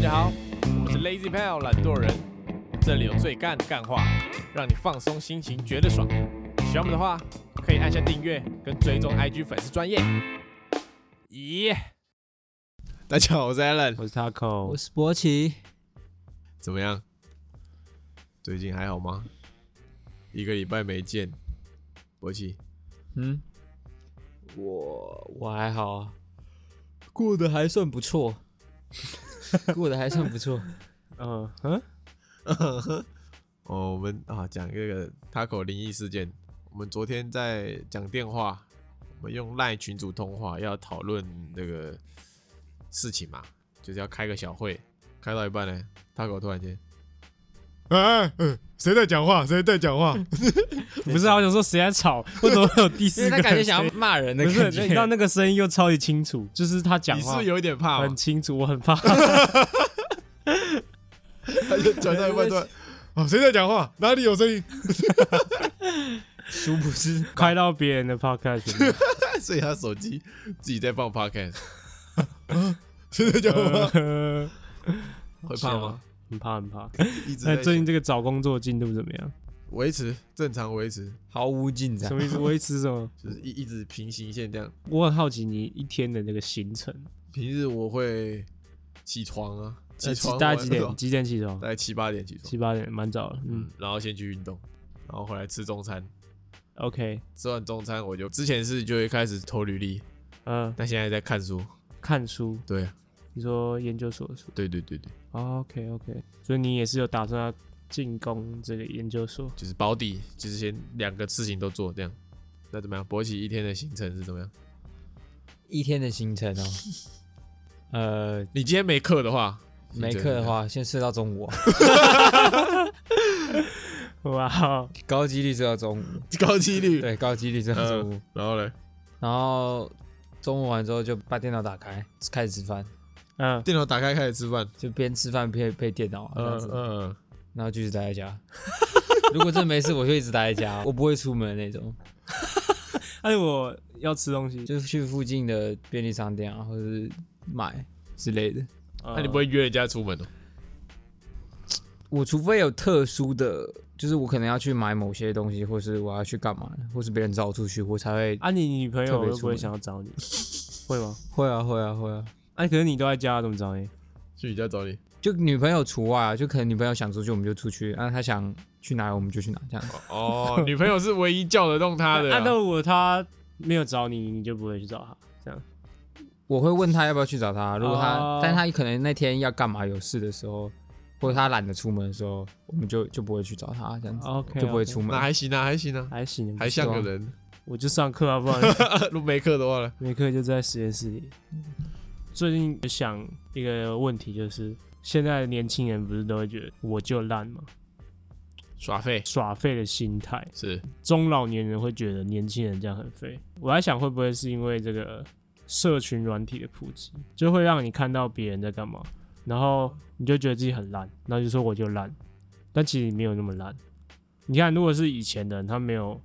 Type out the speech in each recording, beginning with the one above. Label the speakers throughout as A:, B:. A: 家好，我是 Lazy Pal 懒惰人，这里有最干的干话，让你放松心情，觉得爽。喜欢我们的话，可以按下订阅跟追踪 IG 粉丝专业。咦、大家好，我是 Alan，
B: 我是 Taco，
C: 我是博奇，
A: 怎么样？最近还好吗？一个礼拜没见，博奇
C: 嗯，
B: 我我还好啊，
C: 过得还算不 错，过得还算不 错。
B: 嗯嗯，
A: 哦，我们啊讲这个 Taco 灵异事件。我们昨天在讲电话，我们用 LINE 群组通话，要讨论那个事情嘛，就是要开个小会。开到一半呢，Taco 突然间，哎、嗯，谁在讲话？谁在讲话？
B: 不是啊，我想说谁在吵？为什么会有第
C: 因
B: 四
C: 为
B: 个
C: 他感
B: 人
C: 觉想
B: 声
C: 要
B: 音
C: 骂人的
B: 不是，
C: 感
B: 你
C: 觉，
B: 知道那个声音又超级清楚，就是他讲
A: 你是
B: 话
A: 不是有点怕嘛
B: 很？清楚，我 很怕。
A: 他就 讲到一半突然， 哦，谁在讲话？哪里有声音？
C: 殊不知
B: 开到别人的 podcast 里面
A: 所以他手机自己在放 Podcast。谁在讲话？
B: 呃
A: 会怕吗？
B: 很怕很怕。
A: 一直
B: 呃啊
A: 在
B: 那最近这个找工作进度怎么样？
A: 维持正常维持，
C: 毫无进
B: 什
C: 展。
B: 么意思？维持什么？
A: 就是一一直平行线这样。
B: 我很好奇你一天的那个行程，
A: 平日我会起床啊，起
B: 呃
A: 床
B: 大
A: 大
B: 概几点？几点起 床
A: 大？概七八点起床，
B: 七八点，蛮早了。嗯
A: 嗯，然后先去运动，然后回来吃中餐。
B: ，OK，
A: 吃完中餐我就之前是就会开始投履历，
B: 嗯，
A: 但现在在看书。
B: 看书，
A: 对啊
B: 你说研究所的书。
A: 对对对对，
B: OK OK，所以你也是有打算要进攻这个研究所？
A: 就是保底，就是先两个事情都做这样。那怎么样？博起一天的行程是怎么样？
C: 一天的行程 哦，呃，
A: 你今天没课的话，
C: 没课的，话先睡到中午哦，
B: 哇，
C: 高几率睡到中午，
A: 高几率。
C: 对，高几率睡到中午
A: 嗯。，然后嘞，
C: 然后中午完之后就把电脑打开，开始吃饭，
B: 嗯，
A: 电脑打开开始吃饭。
C: 就边吃饭边配电脑啊这样
A: 嗯
C: 子，
A: 嗯，
C: 然后继续待在家。 如果真没事，我就一直待在家，我不会出门的那种。
B: 哎，我要吃东西，
C: 就是去附近的便利商店啊，或者是买之类的。
B: 那
A: 那啊你不会约人家出门哦？
C: 我除非有特殊的，就是我可能要去买某些东西，或是我要去干嘛，或是别人找我出去，我才会。
B: 啊？你女朋
C: 特
B: 友
C: 别
B: 会不
C: 出
B: 会
C: 门
B: 想要找你？会吗？
C: 会啊，会啊，会啊。
B: 哎，可是你都在家，怎么找你？
A: 去你家找你。
C: 就女朋友除外啊，就可能女朋友想出去我们就出去，啊，她想去哪我们就去哪，这样。
A: 哦， 女朋友是唯一叫得动他的
B: 啊，
A: 啊。
B: 那我他没有找你，你就不会去找他，这样。
C: 我会问她要不要去找她，如果她，
B: 哦
C: 但她可能那天要干嘛有事的时候，或者她懒得出门的时候，我们就就不会去找她，这样子
B: OK，
C: 就不会出门。
A: 那还行啊，还行啊，
B: 还行，
A: 还像个
B: 不错啊。
A: 人。
B: 我就上课啊，不然
A: 如果没课的话呢？
B: 没课就在实验室里。最近想一个问题，就是现在的年轻人不是都会觉得我就烂吗？
A: 耍废
B: 耍废的心态，
A: 是
B: 中老年人会觉得年轻人这样很废。我在想，会不会是因为这个社群软体的普及，就会让你看到别人在干嘛，然后你就觉得自己很烂，然后就说我就烂，但其实你没有那么烂。你看，如果是以前的人，他没有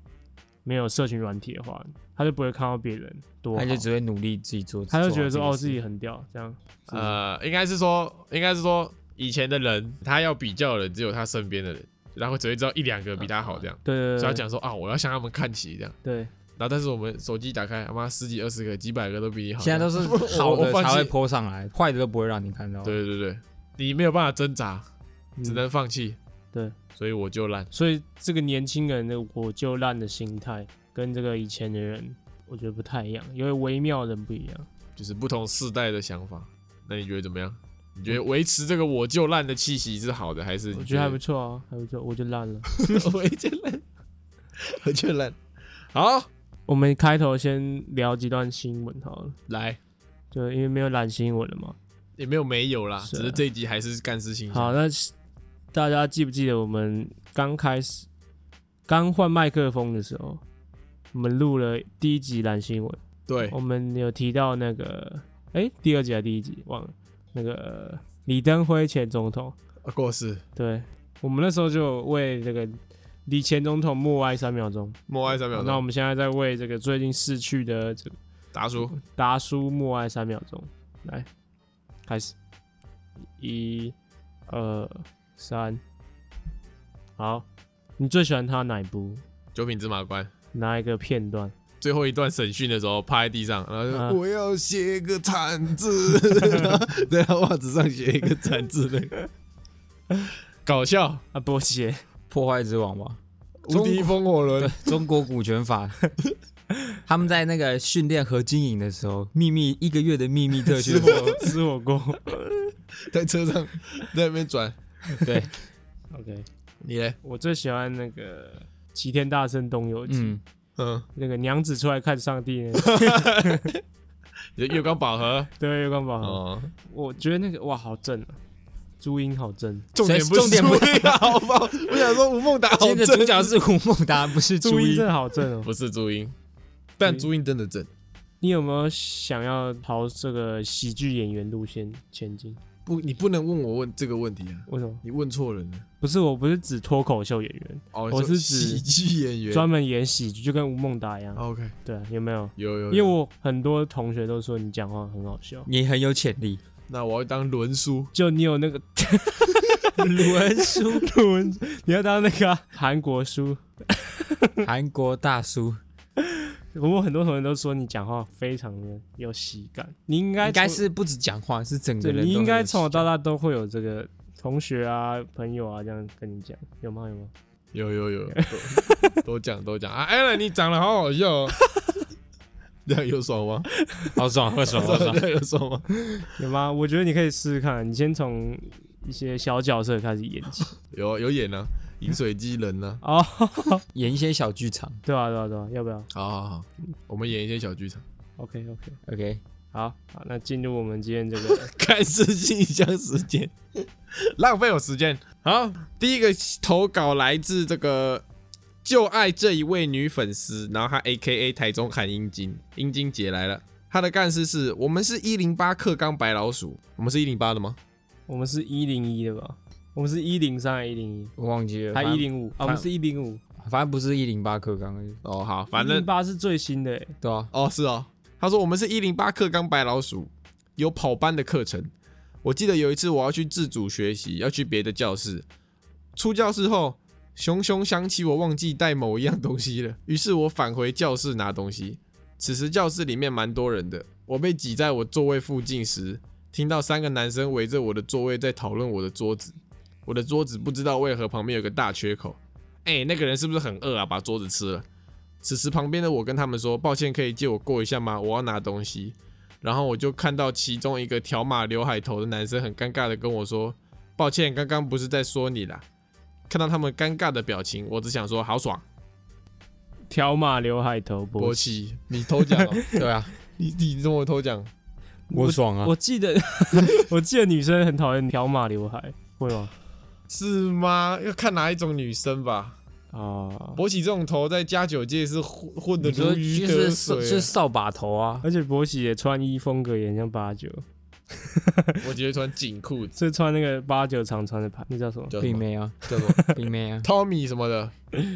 B: 没有社群软体的话，他就不会看到别人多好
C: 她，就只会努力自己做，
B: 他就觉得
C: 做
B: 说
C: 好
B: 哦自
C: 事
B: 己很屌，这样
A: 呃，应该是说，应该是说，以前的人他要比较的人只有他身边的人，然后只会知道一两个比他好这样，
B: 对
A: 所
B: 对
A: 以
B: 对
A: 他
B: 对
A: 讲说啊，我要向他们看齐这样。
B: 对，
A: 然后但是我们手机打开，他妈十几二十个、几百个都比你好，
C: 现在都是哦好
A: 我我
C: 的
A: 放
C: 才会
A: 弃
C: 泼上来，坏的都不会让你看到。，
A: 对对对，你没有办法挣扎，
B: 嗯
A: 只能放弃。
B: 对，
A: 所以我就烂。
B: 所以这个年轻人的我就烂的心态，跟这个以前的人，我觉得不太一样，因为微妙的不一样。
A: 就是不同世代的想法。那你觉得怎么样？你觉得维持这个我就烂的气息是好的，还是
B: 我
A: 你
B: 觉得还不错啊，还不错，我就烂了。
A: 错？ 我就烂，我就烂。好，
B: 我们开头先聊几段新闻好了，
A: 来，
B: 就因为没有懒新闻了嘛。
A: 也没有没有啦，
B: 是啊
A: 只是这一集还是干事情。
B: 好，，那大家记不记得我们刚开始刚换麦克风的时候，我们录了第一集懒新闻，
A: 对
B: 我们有提到那个，哎、第二集还是第一集忘了，那个李登辉前总统。
A: 啊过世，
B: 对，我们那时候就有为这个李前总统默哀三秒钟。
A: 默哀三秒
B: 那我
A: 钟，
B: 们现在在为这个最近逝去的这个
A: 达叔，
B: 达叔默哀三秒钟。来，开始。一、二、三，好，你最喜欢他哪一部？
A: 九品芝麻官
B: 哪一个片段？
A: 最后一段审讯的时候趴在地上，然后就、
B: 啊
A: 我要写个惨 字，然后在他袜子上写一个惨字那个，搞笑，
B: 啊，波 姐，
C: 破坏之王吧，
A: 无敌风火轮，
C: 中国股权法。他们在那个训练和经营的时候，秘密一个月的秘密特训，
B: 吃火锅。
A: 在车上在那边转，
C: 对，
B: OK，
A: 你嘞？
B: 我最喜欢那个《齐天大圣东游记》
C: 嗯，
A: 嗯，
B: 那个娘子出来看上帝、那个，
A: 你的月光宝盒
B: 对，月光宝盒。
A: 哦，
B: 我觉得那个哇，好正啊，朱茵好正，
A: 重点不
C: 重点不
A: 不好吧？我想说吴孟达好
C: 今天的主
A: 正，
C: 角是吴孟达，不是
B: 朱
C: 朱
B: 茵
C: 茵
B: 真。的好正哦、
A: 不是朱茵，但朱茵真的正。
B: 你有没有想要朝这个喜剧演员路线前进？
A: 不，你不能问我问这个问题啊，
B: 为什么？
A: 你问错人了。
B: 不是，我不是指脱口秀演员，
A: 哦，
B: 我
A: 你说
B: 是指
A: 喜剧演员。
B: 专门演喜剧，就跟吴孟达一样。
A: 哦 OK，
B: 对啊，有没有？
A: 有有有，
B: 因为我很多同学都说你讲话很好笑，
C: 你很有潜力，
A: 那我要当伦叔，
B: 就你有那 个
C: 伦叔，
B: 文，你要当那个啊韩国书。
C: 韩国大叔，
B: 我们很多同学都说你讲话非常的有喜感，你应该
C: 应该
B: 从
C: 是不止讲话，是整个
B: 对
C: 人。
B: 你应该从小到大都会有这个同学啊、朋友啊这样跟你讲，有吗？有吗？
A: 有有有，都 都讲都讲啊！艾伦，你长得好好笑哦， 这样有爽吗？
C: 好爽，好爽，好爽。
A: 这样有爽吗？
B: 有吗？我觉得你可以试试看，你先从一些小角色开始演起。
A: 有有演啊，饮水机人啊，
B: 哦，
C: 演一些小剧场
B: 对啊，对啊，对啊，要不要
A: 好好好，我们演一些小剧场，
B: ？OK OK，
C: ，OK，
B: 好好，那进入我们今天这个
A: 看是信箱时间，浪费我时间。好，第一个投稿来自这个就爱这一位女粉丝，然后她 A K A 台中喊英晶，英晶姐来了，她的干事是我们是一零八克刚白老鼠，我们是一零八的吗？
B: 我们是一零一的吧？我们是一零三还是一零一？
C: 我忘记了，
B: 还
C: 反
B: 一
C: 正，
B: 零五啊？我们是一零五，
C: 反正不是一零八课纲而已，
A: 哦，好，反
B: 一
A: 正
B: 零八是最新的欸，
C: 对啊，
A: 哦，是哦。他说我们是一零八课纲白老鼠，有跑班的课程。我记得有一次我要去自主学习，要去别的教室。出教室后，熊熊想起我忘记带某一样东西了，于是我返回教室拿东西。此时教室里面蛮多人的，我被挤在我座位附近时，听到三个男生围着我的座位在讨论我的桌子。我的桌子不知道为何旁边有个大缺口。哎、那个人是不是很饿啊？把桌子吃了。此时旁边的我跟他们说：“抱歉，可以借我过一下吗？我要拿东西。”然后我就看到其中一个条码刘海头的男生很尴尬的跟我说：“抱歉，刚刚不是在说你啦。”看到他们尴尬的表情，我只想说：“好爽，
B: 条码刘海头
A: 博
B: 波奇。
A: 奇，你偷讲、哦，
C: 对啊，
A: 你你跟我偷讲，
C: 我爽啊，
B: 我记得，我记得女生很讨厌条码刘海，会吗？
A: 是吗？要看哪一种女生吧。
B: 啊，
A: 博奇这种头在家酒界是混混的
C: 你说
A: 如鱼
C: 就
A: 得
C: 是扫就
A: 水
C: 是
A: 啊、
C: 扫把头啊，
B: 而且博喜也穿衣风格也很像八九，
A: 我觉得穿紧裤子
B: 是穿那个八九常穿的牌，那叫什么
A: 叫什
C: 并
A: 么
C: 没有，
A: 叫什么，
C: 并没有
A: Tommy 什么的，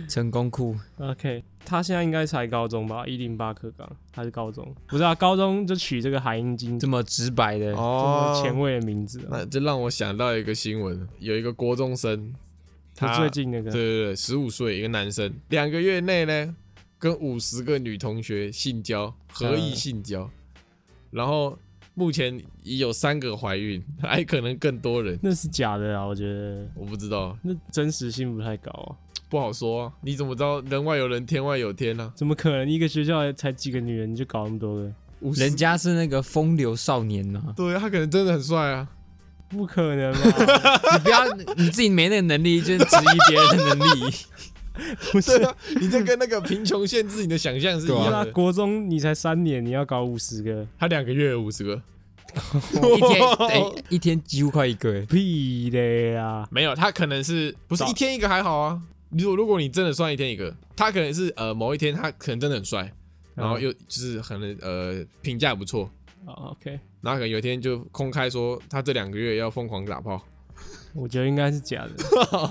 C: 成功库
A: 哦
B: ？OK，他现在应该才高中吧，一零八课纲，他是高中，不是啊，高中就取这个海英金
C: 这
B: 这
C: 么直白的，
A: 哦
B: 么前卫的名
C: 哦
B: 字、啊，
A: 那这让我想到一个新闻，有一个国中生，
B: 他最近那
A: 对
B: 个
A: 对对，十五岁一个男生，两个月内呢，跟五十个女同学性交，合意性交，然后目前已有三个怀孕，还可能更多人，
B: 那是假的啊，我觉得
A: 我不知道，
B: 那真实性不太高啊，
A: 不好说、啊。你怎么知道人外有人，天外有天啊呢、
B: 怎么可能一个学校才几个女人你就搞那么多个？
A: 啊？五十，
C: 人家是那个风流少年嘛
A: 对啊他可能真的很帅啊，
B: 不可 能吧？
C: 你不要你自己没那个能力，就质疑别人的 能力，
B: 不是
A: 对啊， 你这跟那个贫穷限制你的想象是一
C: 对
A: 样
B: 啊，
A: 的。
B: 国中你才三年，你要搞五十个，
A: 他两个月五十个，
C: 一天哎一天几乎快一个，哎
B: 屁的啊呀！
A: 没有，他可能是不是
B: 找
A: 一天一个还好啊？如果如果你真的算一天一个，他可能是呃某一天他可能真的很帅，然后又就是可能呃评价不错，
B: 哦 OK，
A: 然后可能有一天就公开说他这两个月要疯狂打炮，
B: 我觉得应该是假 的。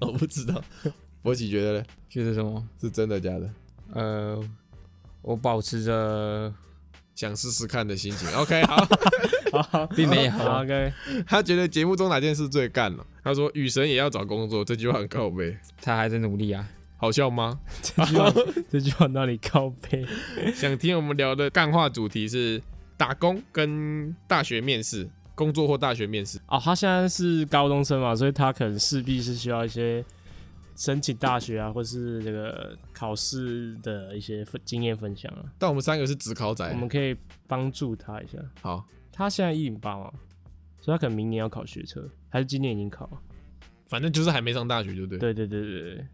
A: 我不知道， 博奇觉得呢？
C: 觉得什么？
A: 是真的假的？
C: 呃，我保持着
A: 想试试看的心情。OK，好，
B: 好，
C: 并没有 啊
B: 好，OK，
A: 他觉得节目中哪件事最干了？他说雨神也要找工作，这句话很靠背，
C: 他还在努力啊。
A: 好笑吗？
B: 这句话这句话哪里靠背？
A: 想听我们聊的干话主题是打工跟大学面试，工作或大学面试。
B: 哦，他现在是高中生嘛，所以他可能势必是需要一些申请大学啊，或是这个考试的一些分经验分享啊，
A: 但我们三个是职考仔
B: 我，们可以帮助他一下。
A: 好，
B: 他现在一零八嘛，所以他可能明年要考学车，还是今年已经考了？
A: 反正就是还没上大学，对不对？
B: 对对对对对，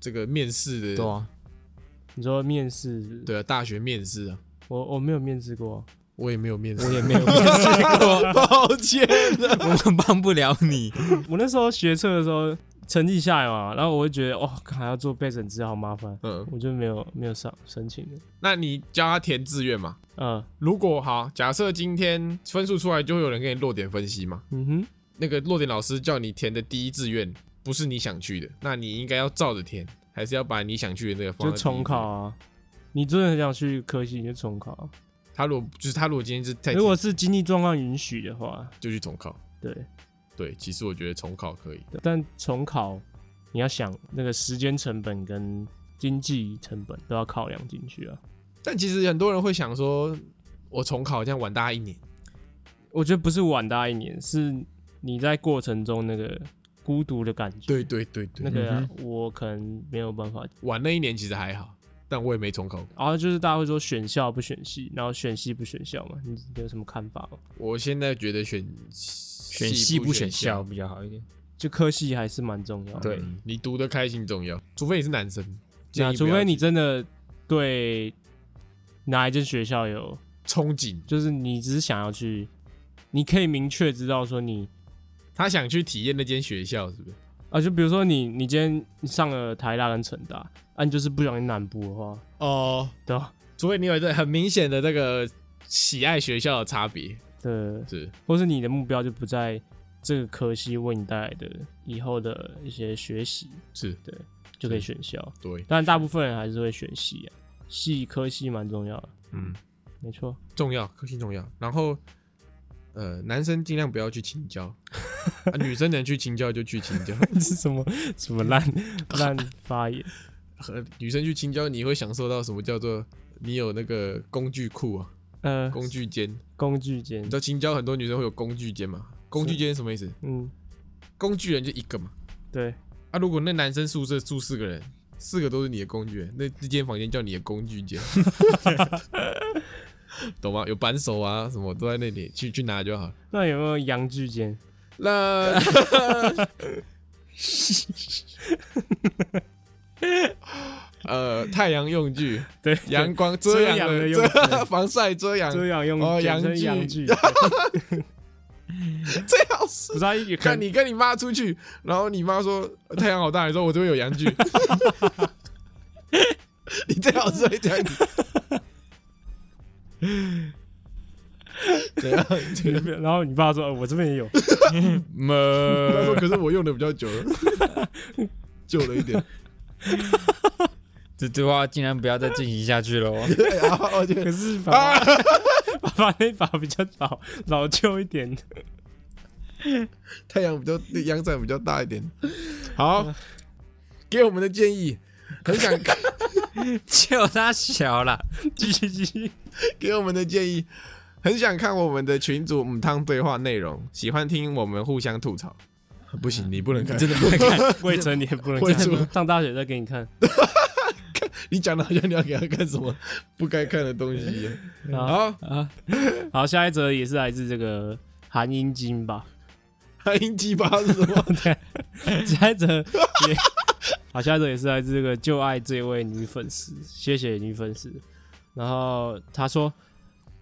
A: 这个面试的，
C: 对啊，
B: 你说面试？
A: 对啊，大学面试啊，
B: 我我没有面试过啊、
A: 我也没有面试，
C: 我也没有面试 过，
A: 抱歉。
C: 我们帮不了 你。
B: 我那时候学测的时候成绩下来嘛，然后我就觉得哇，还要做备审资料好麻烦，
A: 嗯，
B: 我就没有没有上申请了。
A: 那你教他填志愿嘛？
B: 嗯
A: 如果好，假设今天分数出来，就会有人给你落点分析嘛？
B: 嗯哼，
A: 那个落点老师叫你填的第一志愿不是你想去的，那你应该要照着填，还是要把你想去的那个方
B: 就重考啊。你真的很想去科系，你就重考啊、
A: 他如果就是他如果今天是太
B: 如果是经济状况允许的话，
A: 就去重考，
B: 对，
A: 对，其实我觉得重考可以。
B: 对但重考你要想那个时间成本跟经济成本都要考量进去啊。
A: 但其实很多人会想说，我重考这样晚大家一年，
B: 我觉得不是晚大一年，是你在过程中那个孤独的感觉。
A: 对对对对，
B: 那个、啊
C: 嗯
B: 我可能没有办法。
A: 晚那一年其实还好，但我也没重考过。
B: 然后就是大家会说选校不选系，然后选系不选校嘛，你你有什么看法吗？
A: 我现在觉得选
C: 选
A: 选
C: 系不选
A: 选
C: 校，比较好一点。
B: 就科系还是蛮重要的。
C: 对
A: 嗯你读的开心重要，除非你是男生，建
B: 那
A: 议
B: 除
A: 不要
B: 非你
A: 去
B: 真的对哪一间学校有，
A: 憧憬，
B: 就是你只是想要去，你可以明确知道说你
A: 他想去体验那间学校，是不是？
B: 啊，就比如说你你今天你上了台大跟成大，啊，你就是不小心南部的话，
A: 哦，
B: 对吧？
A: 除非你有一个很明显的这个喜爱学校的差别，
B: 对，
A: 是
B: 或是你的目标就不在这个科系为你带来的以后的一些学习，
A: 是，
B: 就可以选校。
A: 对，
B: 当然，大部分人还是会选系啊，系科系蛮重要的，
A: 嗯，
B: 没错。
A: 重要，科性重要。然后，呃，男生尽量不要去青椒，啊女生能去青椒就去青椒，
B: 这是什么什么 烂烂发言？
A: 和女生去青椒你会享受到什么叫做你有那个工具库啊，
B: 呃，
A: 工具间。
B: 工具间
A: 你知，道青椒很多女生会有工具间嘛？工具间是什么意思？
B: 嗯，
A: 工具人就一个嘛。
B: 对，
A: 啊，如果那男生宿舍住四个人，四个都是你的工具人，那这间房间叫你的工具间，懂吗？有扳手啊，什么都在那里，去去拿就好了。
B: 那有没有阳具间？
A: 那 呃，太阳用具，
B: 对，
A: 阳光
B: 遮
A: 遮
B: 阳
A: 阳
B: 的
A: 的
B: 用具
A: 遮防晒遮阳
B: 对，遮阳用
A: 哦
B: 简称
A: 阳具
B: 阳具，对
A: 最好是
B: 不是啊，也可
A: 看
B: 能
A: 你跟你妈出去，然后你妈说太阳好大，你说我这边有 阳具，你最好是会这样子。怎样？怎样？
B: 然后你爸说，呃我这边也 有，
A: 他说：“可是我用的比较久了， 久了一点。
C: 这对话竟然不要再进行下去了哦。
A: 然后我就
B: 可是爸爸 爸爸那把比较老老旧一点，
A: 太阳比较阳伞比较大一点。
B: 啊
A: 好，给我们的建议， 很想
C: 就他小啦，
B: 继续继续，
A: 给我们的建议，很想看我们的群主母汤对话内容，喜欢听我们互相吐槽。不行，你不能看，
C: 真的不会看。
B: 未成年不能
A: 未
B: 看，
A: 成
B: 上大学再给你看，
A: 你讲的好像你要给他看什么不该看的东西一 样。好，
B: 嗯 好，下一则也是来自这个韩英金吧。
A: 他音鸡巴是什 么？
B: 下一则也好，下一则也是来自这个就爱这位女粉丝，谢谢女粉丝。然后她说，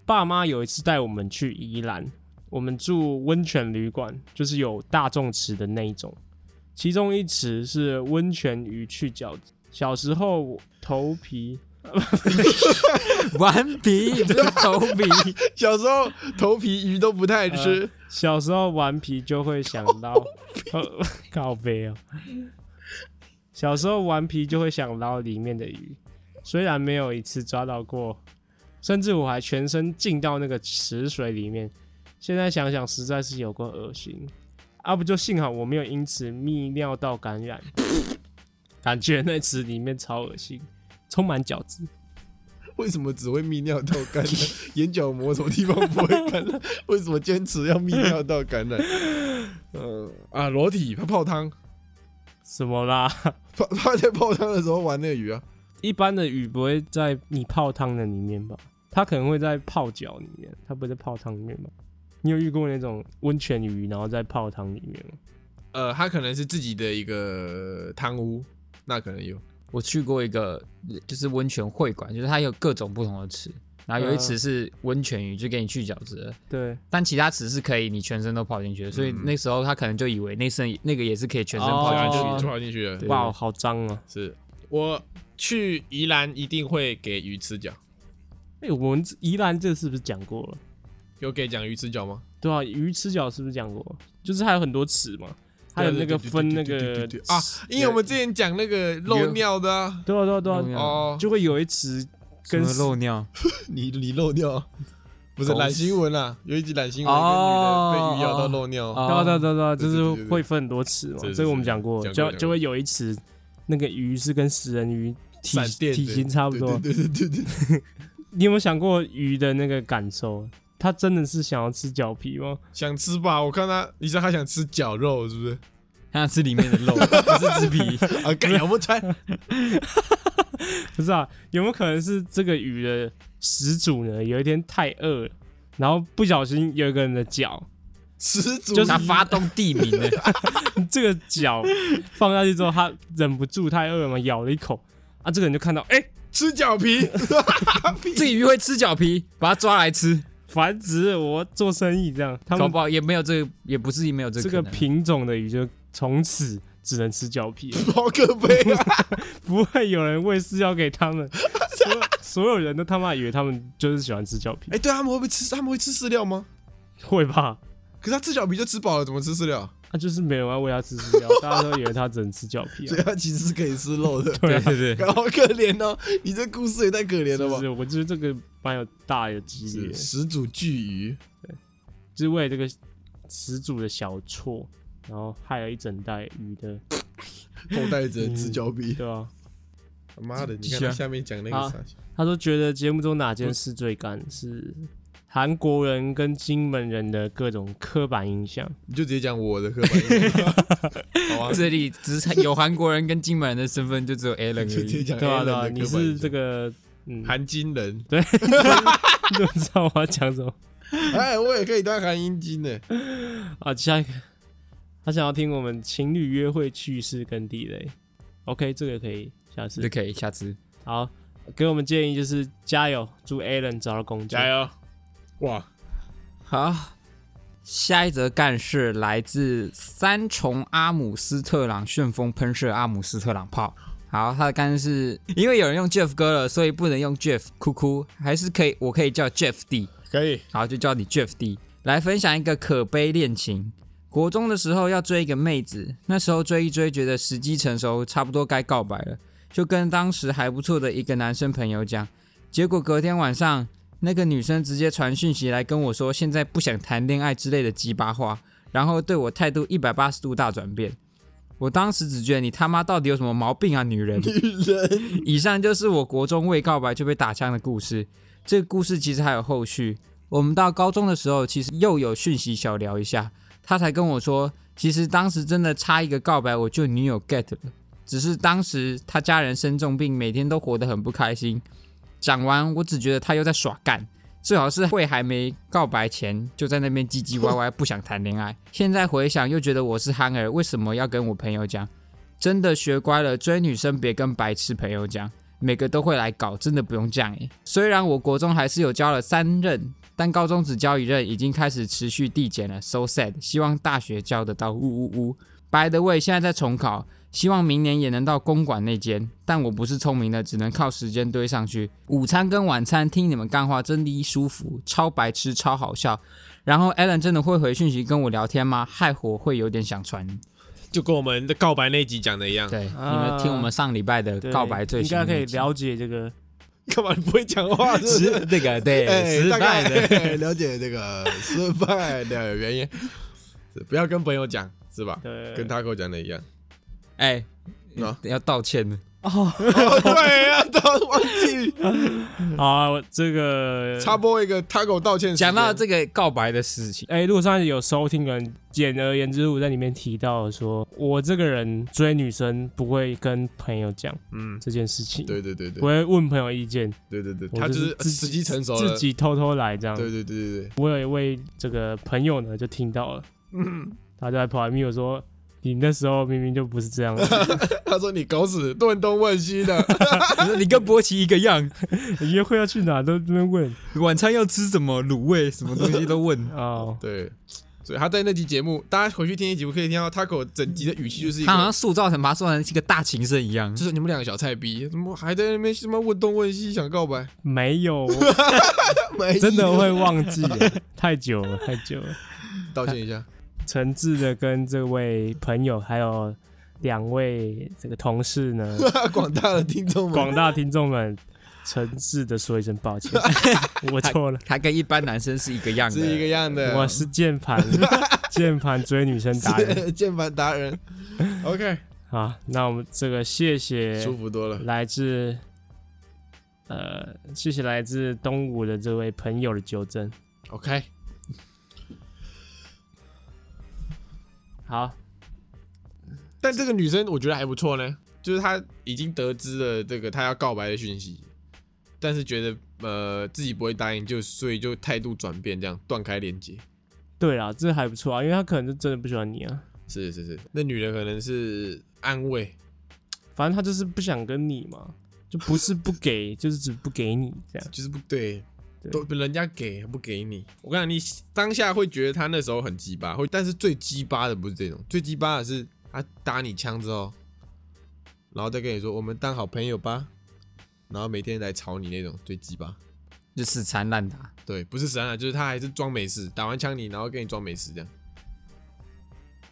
B: 爸妈有一次带我们去宜兰，我们住温泉旅馆，就是有大众池的那一种，其中一池是温泉鱼去角质。小时候我头皮
C: 顽皮不是头 皮，
A: 小时候头皮鱼都不太吃，
B: 小时候顽皮就会想捞，呃 靠背哦。小时候顽皮就会想捞里面的鱼，虽然没有一次抓到过，甚至我还全身浸到那个池水里面，现在想想实在是有够恶心。啊，不就幸好我没有因此泌尿道感染， 感觉那池里面超恶心，充满饺子。
A: 为什么只会泌尿道感 染？眼角膜什么地方不会感 染？为什么坚持要泌尿道感 染？呃啊，裸体泡泡汤，
B: 什么啦？
A: 泡泡在泡汤的时候玩那个鱼啊，
B: 一般的鱼不会在你泡汤的里面吧？它可能会在泡脚里面，它不会在泡汤里面吧？你有遇过那种温泉鱼，然后在泡汤里面吗？
A: 呃，它可能是自己的一个汤屋，那可能有。
C: 我去过一个就是温泉会馆，就是它有各种不同的池，然后有一池是温泉鱼，就给你去角质的，
B: 对，
C: 但其他池是可以你全身都泡进去的，所以
A: 嗯
C: 那时候他可能就以为那身那个也是可以全身泡
A: 泡
C: 进去
A: 进
C: 的。
A: 去，
B: 哦
A: 就泡进去了。
C: 对
B: 哇，好脏啊！
A: 是我去宜兰一定会给鱼吃脚，
B: 哎、我们宜兰这是不是讲过了？
A: 有给讲鱼吃脚吗？
B: 对啊，鱼吃脚是不是讲过？就是它有很多池嘛，它有那个分那个
A: 啊，因为我们之前讲那个漏尿的啊，
B: 对啊对啊对啊，
C: 尿
A: 哦，
B: 就会有一池跟
C: 什么漏尿
A: 你你漏尿，不是
C: 狗屎
A: 懒新闻啊，有一集懒新闻，一个女的
C: 哦
A: 被鱼咬到漏尿，
B: 对啊对啊
C: 哦
B: 对啊对啊，
A: 对
B: 就
A: 对对
B: 是会分很多池嘛
A: 是是，
B: 这个我们讲过，
A: 是讲
B: 就
A: 过
B: 就会有一池那个鱼是跟食人鱼体
A: 闪电
B: 体
A: 对
B: 型差不多。
A: 对对对对对，
B: 你有没有想过鱼的那个感受？它真的是想要吃脚皮吗？
A: 想吃吧？我看他，你说他想吃绞肉是不是？
C: 他想吃里面的肉，不是吃皮。
A: 啊，干咬不穿，
B: 不是啊，有没有可能是这个鱼的始祖呢？有一天太饿了，然后不小心有一个人的脚，
A: 十足
C: 他发动地名的，
B: 这个脚放下去之后，他忍不住太饿了嘛，咬了一口啊，这个人就看到哎、
A: 吃脚皮，
C: 这个鱼会吃脚皮，把它抓来吃，
B: 繁殖了，我做生意这样，他
C: 搞
B: 们
C: 不好也没有这个，也不是没有这
B: 这
C: 个
B: 个
C: 可能。
B: 品种的鱼就从此只能吃脚皮了，
A: 好可悲啊！
B: 不会有人喂饲料给他们，所有所有人都他妈以为他们就是喜欢吃脚皮
A: 哎，，对啊他们会不会吃？他们会吃饲料吗？
B: 会吧？
A: 可是他吃脚皮就吃饱了，怎么吃饲料？
B: 他就是没有人要喂他吃饲 料，大家都以为他只能吃脚皮
A: 所
B: 啊
A: 以。他其实是可以吃肉的。
B: 对啊，
C: 对对，
A: 好可怜哦！你这故事也太可怜
B: 是
A: 了
B: 不
A: 吧
B: 是？！我觉得这个蛮有大有激烈的，
A: 始祖巨 鱼，
B: 就是为了这个始祖的小错，然后害了一整代鱼 的，
A: 后代者吃脚皮。
B: 对啊。
A: 他妈的，你
C: 继续
A: 看
C: 啊
A: 他下面讲那个
B: 好
A: 啥？
B: 他说觉得节目中哪件事最干是韩国人跟金门人的各种刻板印象。
A: 你就直接讲我的刻板印象，好啊，
C: 这里只是有韩国人跟金门人的身份，就只有 Alan 而
A: 就直接
C: 已。
A: 讲
B: 对啊，对啊，
A: Alan 的
B: 你
A: 刻板
B: 是
A: 印
B: 这
A: 象。
B: 个嗯，
A: 韩金人，
B: 你怎么知道我要讲什么
A: 哎，我也可以当韩英金呢。
B: 啊？下一个，他想要听我们情侣约会趣事跟地雷。OK，这个可以，下
C: 就
B: 次
C: 可以下次
B: 好。给我们建议就是加油，祝 Alan 找到工作。
A: 油！哇，
C: 好。下一则干事来自三重阿姆斯特朗旋风喷射阿姆斯特朗炮。好，他的干事是因为有人用 Jeff 哥了，所以不能用 Jeff 哭哭，还是可以，我可以叫 Jeff D。
A: 可以，
C: 好，就叫你 Jeff D 来分享一个可悲恋情。国中的时候要追一个妹子，那时候追一追，觉得时机成熟，差不多该告白了，就跟当时还不错的一个男生朋友讲。结果隔天晚上，那个女生直接传讯息来跟我说，现在不想谈恋爱之类的鸡巴话，然后对我态度一百八十度大转变。我当时只觉得你他妈到底有什么毛病啊，女人！
A: 女人，
C: 以上就是我国中未告白就被打枪的故事。这个故事其实还有后续。我们到高中的时候，其实又有讯息小聊一下，他才跟我说，其实当时真的差一个告白我就女友 get 了，只是当时他家人生重病，每天都活得很不开心。讲完，我只觉得他又在耍干，最好是会还没告白前就在那边唧唧歪歪，不想谈恋爱。现在回想又觉得我是憨儿，为什么要跟我朋友讲？真的学乖了，追女生别跟白痴朋友讲，每个都会来搞，真的不用这样诶。虽然我国中还是有交了三任，但高中只交一任，已经开始持续递减了，so sad。希望大学交得到，呜呜呜。By the way，现在在重考，希望明年也能到公馆那间，但我不是聪明的，只能靠时间堆上去。午餐跟晚餐听你们干话真的舒服，超白痴，超好笑。然后 Alan 真的会回讯息跟我聊天吗？害我会有点想传。
A: 就跟我们的告白那集讲的一样，
C: 对，
B: 啊
C: 你们听我们上礼拜的
B: 对
C: 告白最
B: 应
C: 新
B: 该
C: 那集，
B: 可以了解这个
A: 干嘛你不会讲话是不是？
C: 失那个对、
A: 哎，
C: 失
A: 大概
C: 败的，
A: 了解这个失败的原因， 是不要跟朋友讲是吧？
B: 对，
A: 跟 Taco 讲的一样。
C: 哎、
A: 啊
C: 要道歉的。
A: 哦，对啊，都忘记
B: 好啊，我这个
A: 插播一个 Taco 道歉时间。
C: 讲到这个告白的事情，
B: 哎、如果上一集有收听的人，简而言之，我在里面提到说，我这个人追女生不会跟朋友讲
A: 嗯，
B: 这件事情，
A: 对对对对
B: 不会问朋友意见，
A: 对对对，
B: 我
A: 他就
B: 就是自己
A: 时机成熟了
B: 自。己啊偷偷来这样。
A: 对对对对对，
B: 我有一位这个朋友呢，就听到了，
A: 嗯
B: 他就在跑来密我说，你那时候明明就不是这样的，
A: 他说你狗屎，问东问西的，
C: 你跟波奇一个样，
B: 你约会要去哪都这边问。
C: 晚餐要吃什么卤味，什么东西都问
B: 哦。
A: 对。所以他在那集节目，大家回去听一集，我可以听到 Taco 整集的语气就是一
C: 他好
A: 个
C: 像，塑造成把他塑造成一个大情圣一样
A: 就，是你们两个小菜逼，怎么还在那边他妈问东问西想告白？
B: 没 有，
A: 没意思
B: 真的会忘记了， 太久了，太久了。
A: 道歉一下。
B: 诚挚的跟这位朋友还有两位这个同事呢，
A: 广大的听众们，
B: 广大听众们，诚挚的说一声 抱歉，我错了，
C: 他跟一般男生是一个样的。
A: 是一个样的。
B: 我是 键盘键盘追女生达人
A: 键盘达人。OK，
B: 啊。那我们这个谢谢
A: 舒服多了。
B: 来自呃，谢谢来自东吴的这位朋友的纠正。
A: OK，
B: 好，
A: 但这个女生我觉得还不错呢，就是她已经得知了这个她要告白的讯息，但是觉得呃自己不会答应，就所以就态度转变，这样断开连接。
B: 对啦，这还不错啊，因为他可能就真的不喜欢你啊，
A: 是是是，那女人可能是安慰，
B: 反正他就是不想跟你嘛，就不是不给， 就是只不给你这样。
A: 就是不对。
B: 对
A: 都人家给不给你？我跟你讲，你当下会觉得她那时候很鸡巴，会，但是最鸡巴的不是这种，最鸡巴的是她打你枪之后，然后再跟你说我们当好朋友吧，然后每天来吵你那种最鸡巴。
C: 就死缠烂打。
A: 对，不是神啊，就是他还是装没事，打完枪你，然后跟你装没事这样，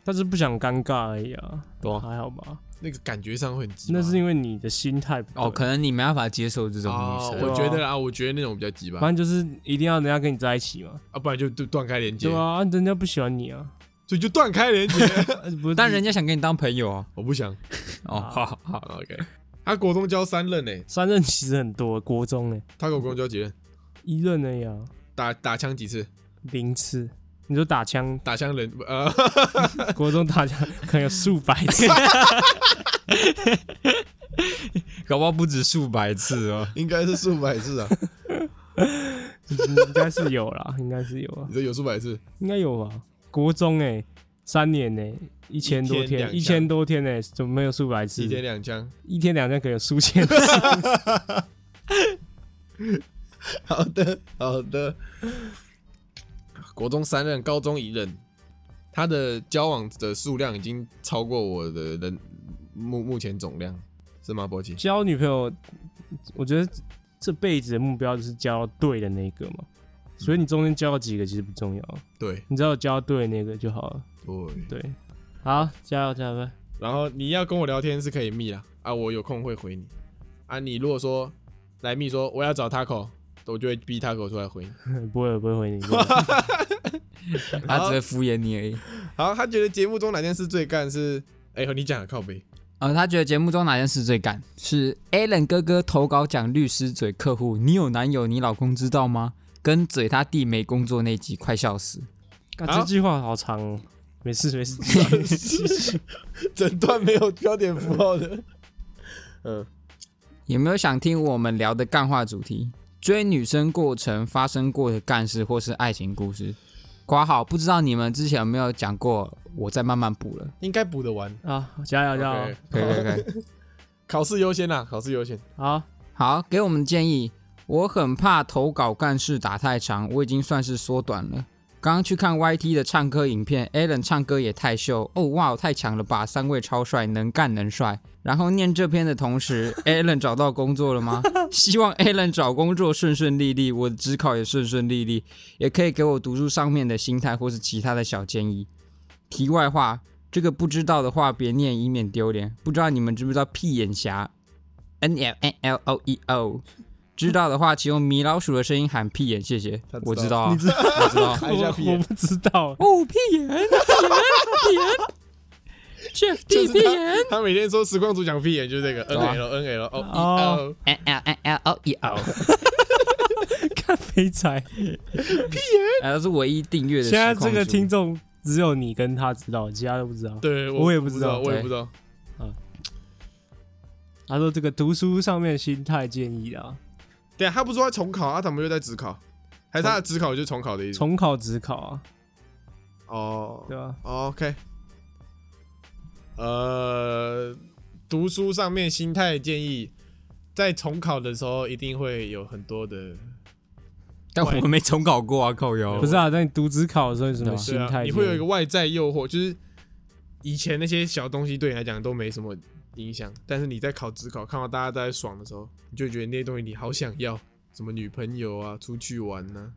B: 他是不想尴尬而已啊，
A: 对啊
B: 还好吧？
A: 那个感觉上会很鸡巴。
B: 那是因为你的心态不对
C: 哦，可能你没办法接受这种女
A: 哦，
C: 生。
A: 我觉得啊，我觉得那种比较鸡巴，
B: 反正就是一定要人家跟你在一起嘛，
A: 啊，不然就就断开连接
B: 对，啊，啊人家不喜欢你啊，
A: 所以就断开连接。
B: 啊不是？
C: 但人家想跟你当朋友哦。
A: 我不想。
C: 哦，
B: 啊
C: 好好好，
A: 好，OK。他国中教三任呢、欸
B: 三任其实很多，国中呢，
A: 他国中教几任？
B: 一任而已啊，
A: 打打枪几次？
B: 零次。你说打枪，
A: 打枪人呃，
B: 国中打枪可能有数百次，
C: 搞不好不止数百次 哦。
A: 应该是数百次啊。
B: 应该是有啦，应该是有啊
A: 你，这有数百次？
B: 应该有吧？国中哎，三年呢，一千多
A: 一天两
B: 天，
A: 枪
B: 一千多天呢，怎么没有数百次
A: 一？天两枪。
B: 一天两天可能有数千 次，
A: 好的，好的。国中三任，高中一任，他的交往的数量已经超过我的人目目前总量，是吗，博奇？
B: 交女朋友，我觉得这辈子的目标就是交到对的那一个嘛。所以你中间交了几个其实不重要，
A: 对
B: 你只要有交到对的那个就好了。
A: 对。
B: 对，好，加油加油呗！
A: 然后你要跟我聊天是可以密啦，啊，我有空会回你。啊，你如果说来密说我要找 Taco，我就会逼 Taco 出来回你。
B: 不会不会 回你，不会
C: 他只会敷衍你而已。
A: 好，他觉得节目中哪件事最干是？哎、和你讲的靠背。
C: 呃，他觉得节目中哪件事最干？是 Alan 哥哥投稿讲律师嘴客户，你有男友，你老公知道吗？跟嘴他弟没工作那集，快笑死！
B: 干
A: 好
B: 这句话好长哦，啊没事没事，
A: 整段没有标点符号的。嗯，
C: 有没有想听我们聊的干话主题？追女生过程发生过的干事或是爱情故事？挂好，不知道你们之前有没有讲过？我再慢慢补了。
A: 应该补得完。
B: 啊，加油加油
A: OK，
C: 可以可以可以。
A: 考试优先啦，啊考试优 先。
B: 好，
C: 好，给我们建议。我很怕投稿干事打太长，我已经算是缩短了。刚刚去看 YT 的唱歌影片，Alan 唱歌也太秀哦，哇，太强了吧！三位超帅，能干能帅。然后念这篇的 同时，Alan 找到工作了吗？希望 Alan 找工作顺顺利利，我的职考也顺顺利利，也可以给我读书上面的心态或是其他的小建议。题外话，这个不知道的话别念，以免丢脸。不知道你们知不知道屁眼侠 N L N L O E O，知道的话，请用米老鼠的声音喊屁眼，谢谢
A: 他知道。
C: 我知道啊，
B: 你知道？
C: 我 知道啊。
A: 看一下屁
B: 我我
A: 眼，
B: 不知 道，
C: 哦，屁眼，屁眼，屁眼，Chef
A: 就
C: D
A: 是
C: 屁
A: 他
C: 眼。
A: 他每天说时光组讲屁眼，就是这个 N
C: 对啊
A: L N L 哦一
B: 哦
A: 哦
C: N L N L O E O，
B: 看肥仔。
C: 哎，这是唯一订阅的。
B: 现在这个听，众只有你跟他知道，其他都不知道。
A: 对，
B: 我也
A: 不
B: 不知道
A: 我也
C: 对
A: 不知道。
B: 他说这个读书上面心态建议啊，
A: 对啊，他不是说他重考，啊，他们又在只考，还是他的只考就是重考的意思？
B: 重考只考啊，
A: 哦
B: 对吧？
A: 哦，OK，呃，读书上面心态建议，在重考的时候一定会有很多的，
C: 但我们没重搞过啊，靠腰。
B: 不是啊，在你读只考的时候，有什么心
A: 对啊，
B: 态建议？
A: 你会有一个外在诱惑，就是以前那些小东西对你来讲都没什么影响，但是你在考只考看到大家都在爽的时候，你就觉得那些东西你好想要，什么女朋友啊，出去玩呢、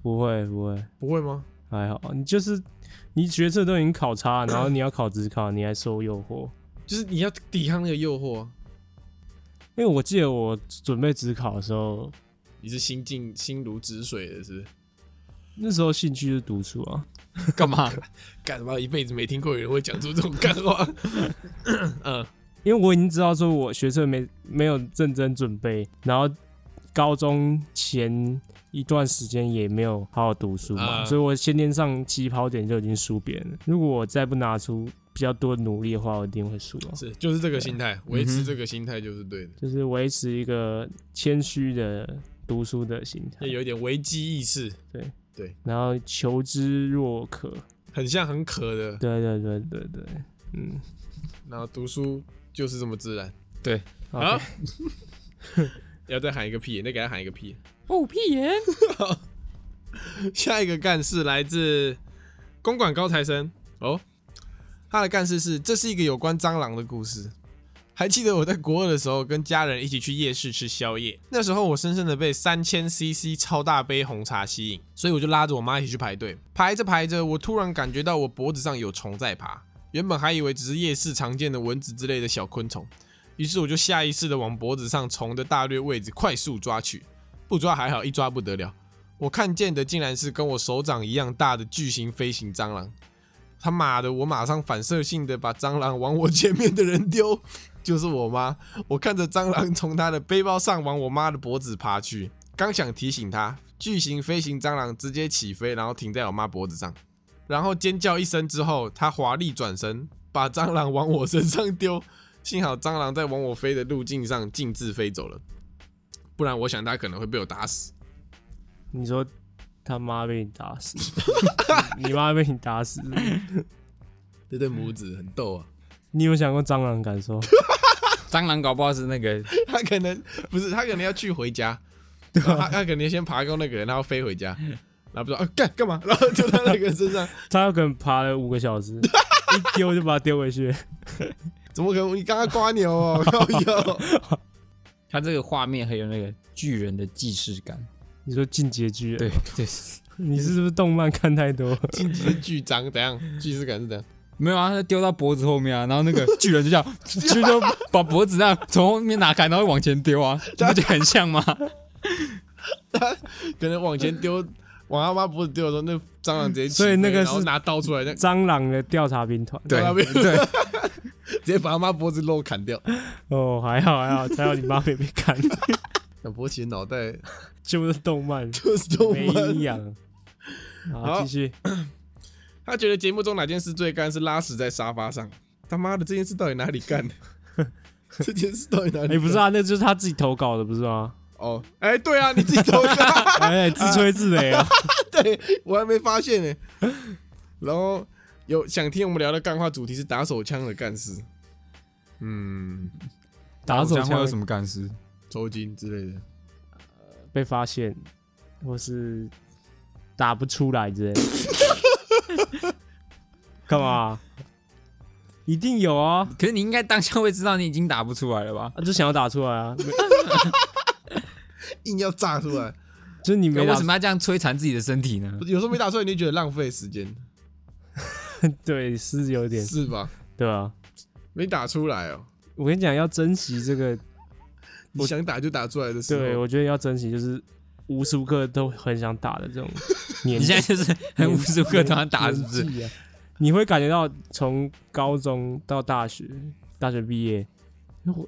B: 不会不会，
A: 不会吗？
B: 还好，你就是你学测都已经考差，然后你要考只考，你还受诱惑。
A: 就是你要抵抗那个诱惑、啊，
B: 因为我记得我准备只考的时候，
A: 你是心静心如止水的，是不是？
B: 那时候兴趣就是读书啊，
C: 干嘛？
A: 干嘛一辈子没听过有人会讲出这种干话？ 嗯，
B: 因为我已经知道说我学测没没有认真准备，然后高中前一段时间也没有好好读书嘛，
A: 啊
B: 所以我先天上起跑点就已经输别人了。如果我再不拿出比较多努力的话，我一定会输啊。
A: 是就是这个心态，维
C: 嗯
A: 持
C: 哼
A: 这个心态就是对的，
B: 就是维持一个谦虚的读书的心态
A: 要，有一点危机意识，
B: 然后求知若渴。
A: 很像很渴的，
B: 对对对对对，嗯，
A: 然后读书就是这么自然。
C: 对，
B: 好
A: 好， 要再喊一个屁，再给他喊一个屁。
B: Oh,
C: 哦，屁眼。
A: 下一个干事来自公馆高材生哦，他的干事是这是一个有关蟑螂的故事。还记得我在国二的时候，跟家人一起去夜市吃宵夜。那时候我深深的被三千 CC 超大杯红茶吸引，所以我就拉着我妈一起去排队。排着排着，我突然感觉到我脖子上有虫在爬，原本还以为只是夜市常见的蚊子之类的小昆虫，于是我就下意识的往脖子上虫的大略位置快速抓去，不抓还好，一抓不得了。我看见的竟然是跟我手掌一样大的巨型飞行蟑螂。他妈的！我马上反射性的把蟑螂往我前面的人丢， 就是我妈。我看着蟑螂从她的背包上往我妈的脖子爬去，刚想提醒她，巨型飞行蟑螂直接起飞，然后停在我妈脖子上，然后尖叫一声之后，她华丽转身把蟑螂往我身上丢。幸好蟑螂在往我飞的路径上径自飞走了，不然我想它可能会被我打死。
B: 你说他妈被你打死， 你妈被你打死，
A: 这对母子很逗啊。
B: 你有想过蟑螂的感受？
C: 蟑螂搞不好是那个
A: 他可能不是，他可能要去回 家，然后他他可能先爬过那个人，然后飞回家，然后不知道啊干干嘛，然 后就在那个身上，
B: 他有可能爬了五个小时，一丢就把它丢回去。
A: 怎么可能？你刚刚刮牛哦， 靠腰，
C: 它这个画面很有那个巨人的既视感。
B: 你说进阶巨人，
C: 对对，
B: 你是不是动漫看太多？
A: 晋级的巨章怎样？既视感是怎样？
C: 没有啊，它丢到脖子后面啊，然后那个巨人就这样，就就把脖子这样从后面拿开，然后往前丢啊，这不就很像吗？
A: 可能往前丢，往他妈脖子丢的时候，那蟑螂直接起飞，
B: 所以那个是
A: 然后拿刀出来，那
B: 蟑螂的调查兵团。
A: 对
C: 对，
A: 直接把他妈脖子肉砍掉，
B: 哦，还好还好，才好你妈没被看，
A: 那勃起的脑袋
B: 就是动漫，
A: 就是动
B: 没
A: 漫
B: 营。养。好，
A: 好
B: 继续。
A: 他觉得节目中哪件事最干是拉屎在沙发上，他妈的这件事到底哪里干的？这件事到底哪里
B: 哎、
A: 干？
B: 不是啊，那就是他自己投稿的，不是吗？
A: 哦，哎、对啊，你自己投一下。
B: 哎、自吹自擂 啊。
A: 对我还没发现呢、然后有想听我们聊的干话，主题是打手枪的干事，嗯，
B: 打手枪
C: 么干事？
A: 抽筋之类的。
B: 被发现，或是打不出来之类的。 干嘛？啊一定有啊！
C: 可是你应该当下会知道你已经打不出来了吧？
B: 啊就想要打出来啊，没
A: 硬要炸出来，
B: 就是你
C: 可
B: 没
C: 为
B: 打
C: 什么要这样摧残自己的身体呢
A: 不？是有时候没打出来，你就觉得浪费时间，
B: 对，是有点，
A: 是吧？
B: 对啊。
A: 没打出来哦，
B: 我跟你讲，要珍惜这个
A: 你想打就打出来的时候，
B: 对，我觉得要珍惜，就是无时无刻都很想打的这种年
C: 你现在就是 很无时无刻都想打，是 不是？
B: 年纪啊你会感觉到从高中到大学，大学毕业，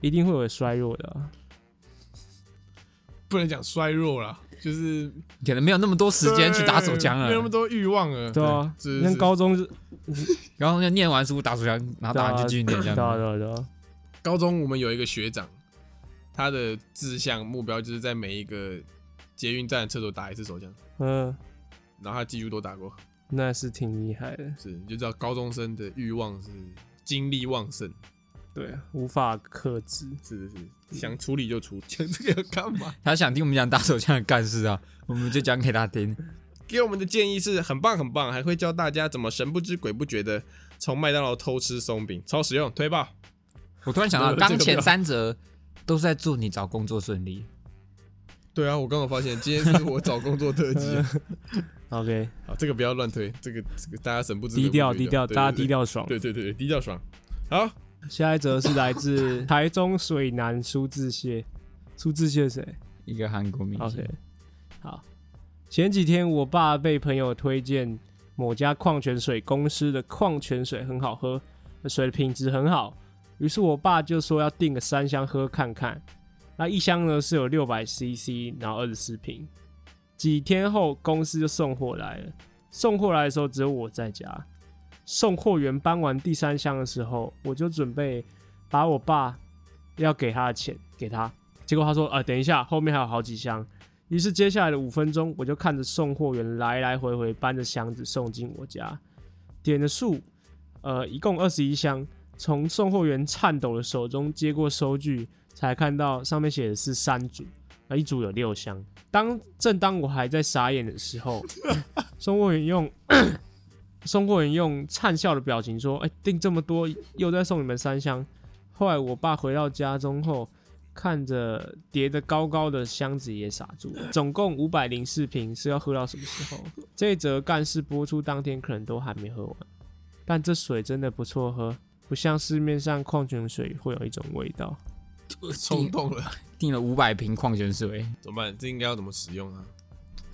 B: 一定会有衰弱的啊、
A: 不能讲衰弱啦，就是
C: 可能没有那么多时间去打手枪啊
A: 对没有那么
C: 了。
A: 多欲望了。
B: 对啊，
A: 是
B: 你像
A: 是
B: 高中就
C: 然后就念完书打手枪，然后打完就继续 念这
B: 对
C: 样
B: 啊
C: 子。
B: 对啊对啊，
A: 高中我们有一个学长，他的志向目标就是在每一个捷运站的厕所打一次手枪，
B: 嗯，
A: 然后他几乎都打过，
B: 那是挺厉害的，
A: 是你就知道高中生的欲望是精力旺盛，
B: 对啊，无法克制。
A: 是是是，想处理就处理，讲这个要干嘛？
C: 他想听我们讲打手枪的干事啊，我们就讲给他 听。
A: 给我们的建议是很棒很棒，还会教大家怎么神不知鬼不觉的从麦当劳偷吃松饼，超实用，推爆！
C: 我突然想到，
A: 没有
C: 刚
A: 这个没
C: 前
A: 有
C: 三则都是在祝你找工作顺利。
A: 对啊，我刚好发现今天是我找工作特 辑啊，
B: OK，
A: 好这个不要乱推，这个这个大家神不知鬼
B: 低
A: 不觉就
B: 调
A: 好
B: 低调，
A: 对对
B: 大家
A: 对
B: 低调爽。
A: 对对对，对低调爽。好，
B: 下一则是来自台中水南苏志燮，苏志燮是谁？
C: 一个韩国明星
B: OK，好。前几天我爸被朋友推荐某家矿泉水公司的矿泉水很好喝，水的品质很好，于是我爸就说要订个三箱喝看看。那一箱呢是有六百 CC，然后二十四瓶。几天后公司就送货来了，送货来的时候只有我在家。送货员搬完第三箱的时候，我就准备把我爸要给他的钱给他，结果他说：“啊、等一下，后面还有好几箱。”于是接下来的五分钟，我就看着送货员来来回回搬着箱子送进我家，点的数，呃，一共二十一箱。从送货员颤抖的手中接过收据，才看到上面写的是三组，啊，一组有六箱。当正当我还在傻眼的时候， 送货员用 送货员用灿笑的表情说：“哎、订这么多，又再送你们三箱。”后来我爸回到家中后，看着叠得高高的箱子也傻住了。总共五百零四瓶是要喝到什么时候？这一则干事播出当天可能都还没喝完，但这水真的不错喝，不像市面上矿泉水会有一种味道。
A: 冲动了，
C: 订了五百瓶矿泉水，
A: 怎么办？这应该要怎么使用啊？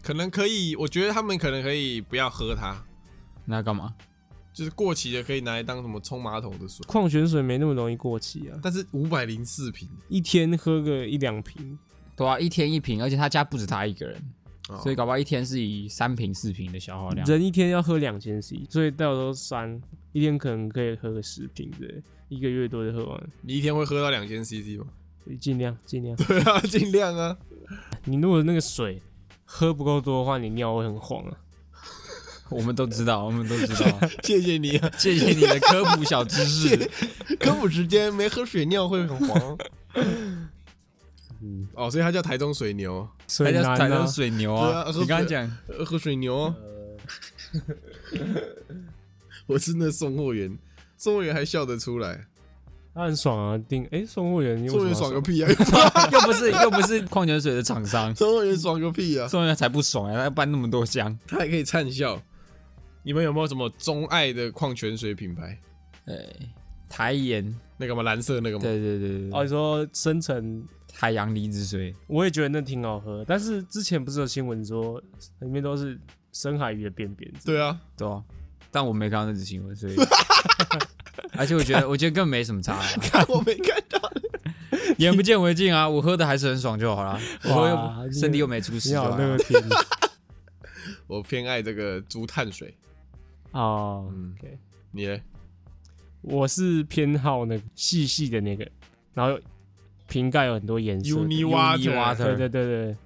A: 可能可以，我觉得他们可能可以不要喝它，
C: 那干嘛？
A: 就是过期的可以拿来当什么冲马桶的水。
B: 矿泉水没那么容易过期啊，
A: 但是五百零四瓶，
B: 一天喝个一两瓶，
C: 对啊，一天一瓶，而且他家不止他一个人，
A: 哦
C: 所以搞不好一天是以三瓶四瓶的消耗量。
B: 人一天要喝两千 c，所以到时候三一天可能可以喝个十瓶的，一个月都就喝完了，
A: 你一天会喝到两千 CC 吗？
B: 尽量尽量。
A: 对啊，尽量啊。
B: 你如果那个水喝不够多的话，你尿会很黄啊。
C: 我们都知道，我们都知道。
A: 谢谢你啊，
C: 谢谢你的科普小知识。
A: 科普时间，没喝水尿会很黄。
B: 嗯，
A: 哦，所以它叫台中水牛，
B: 水
C: 叫
B: 难
C: 才叫
B: 啊，
C: 水牛
A: 对啊
C: 啊！
A: 喝水
C: 你刚刚讲
A: 呃喝水牛哦。呃 我是那送货员，送货员还笑得出来，
B: 他很爽啊。定哎、送货员，你为
A: 送货
B: 什么
A: 员
B: 要
A: 爽个
B: 爽？
A: 屁啊！
C: 又不是又不是矿泉水的厂 商，
A: 送货员爽个屁啊！
C: 送人才不爽啊！他搬那么多箱，
A: 他还可以灿笑。你们有没有什么钟爱的矿泉水品牌？
C: 对，台盐，
A: 那个嘛，蓝色那个嘛，
C: 对对对对
B: 哦，
C: 对，
B: 你说深层，
C: 海洋离子水，
B: 我也觉得那挺好喝，但是之前不是有新闻说里面都是深海鱼的便便？
A: 对啊，
C: 对啊。但我没看到那则新 闻，所以，而且我觉得我觉得根本没什么差啊，
A: 看 我没看到，
C: 眼不见为净啊！我喝的还是很爽就好了，我喝又身体又没出事
B: 你
C: 就好
B: 好
C: 啦
B: 那个天
A: 我偏爱这个竹炭水。
B: 哦
A: 嗯
B: OK，
A: 你呢？
B: 我是偏好那个细细的那个，然后瓶盖有很多颜色的。
A: Uni
C: Uniwater
B: 对对对对，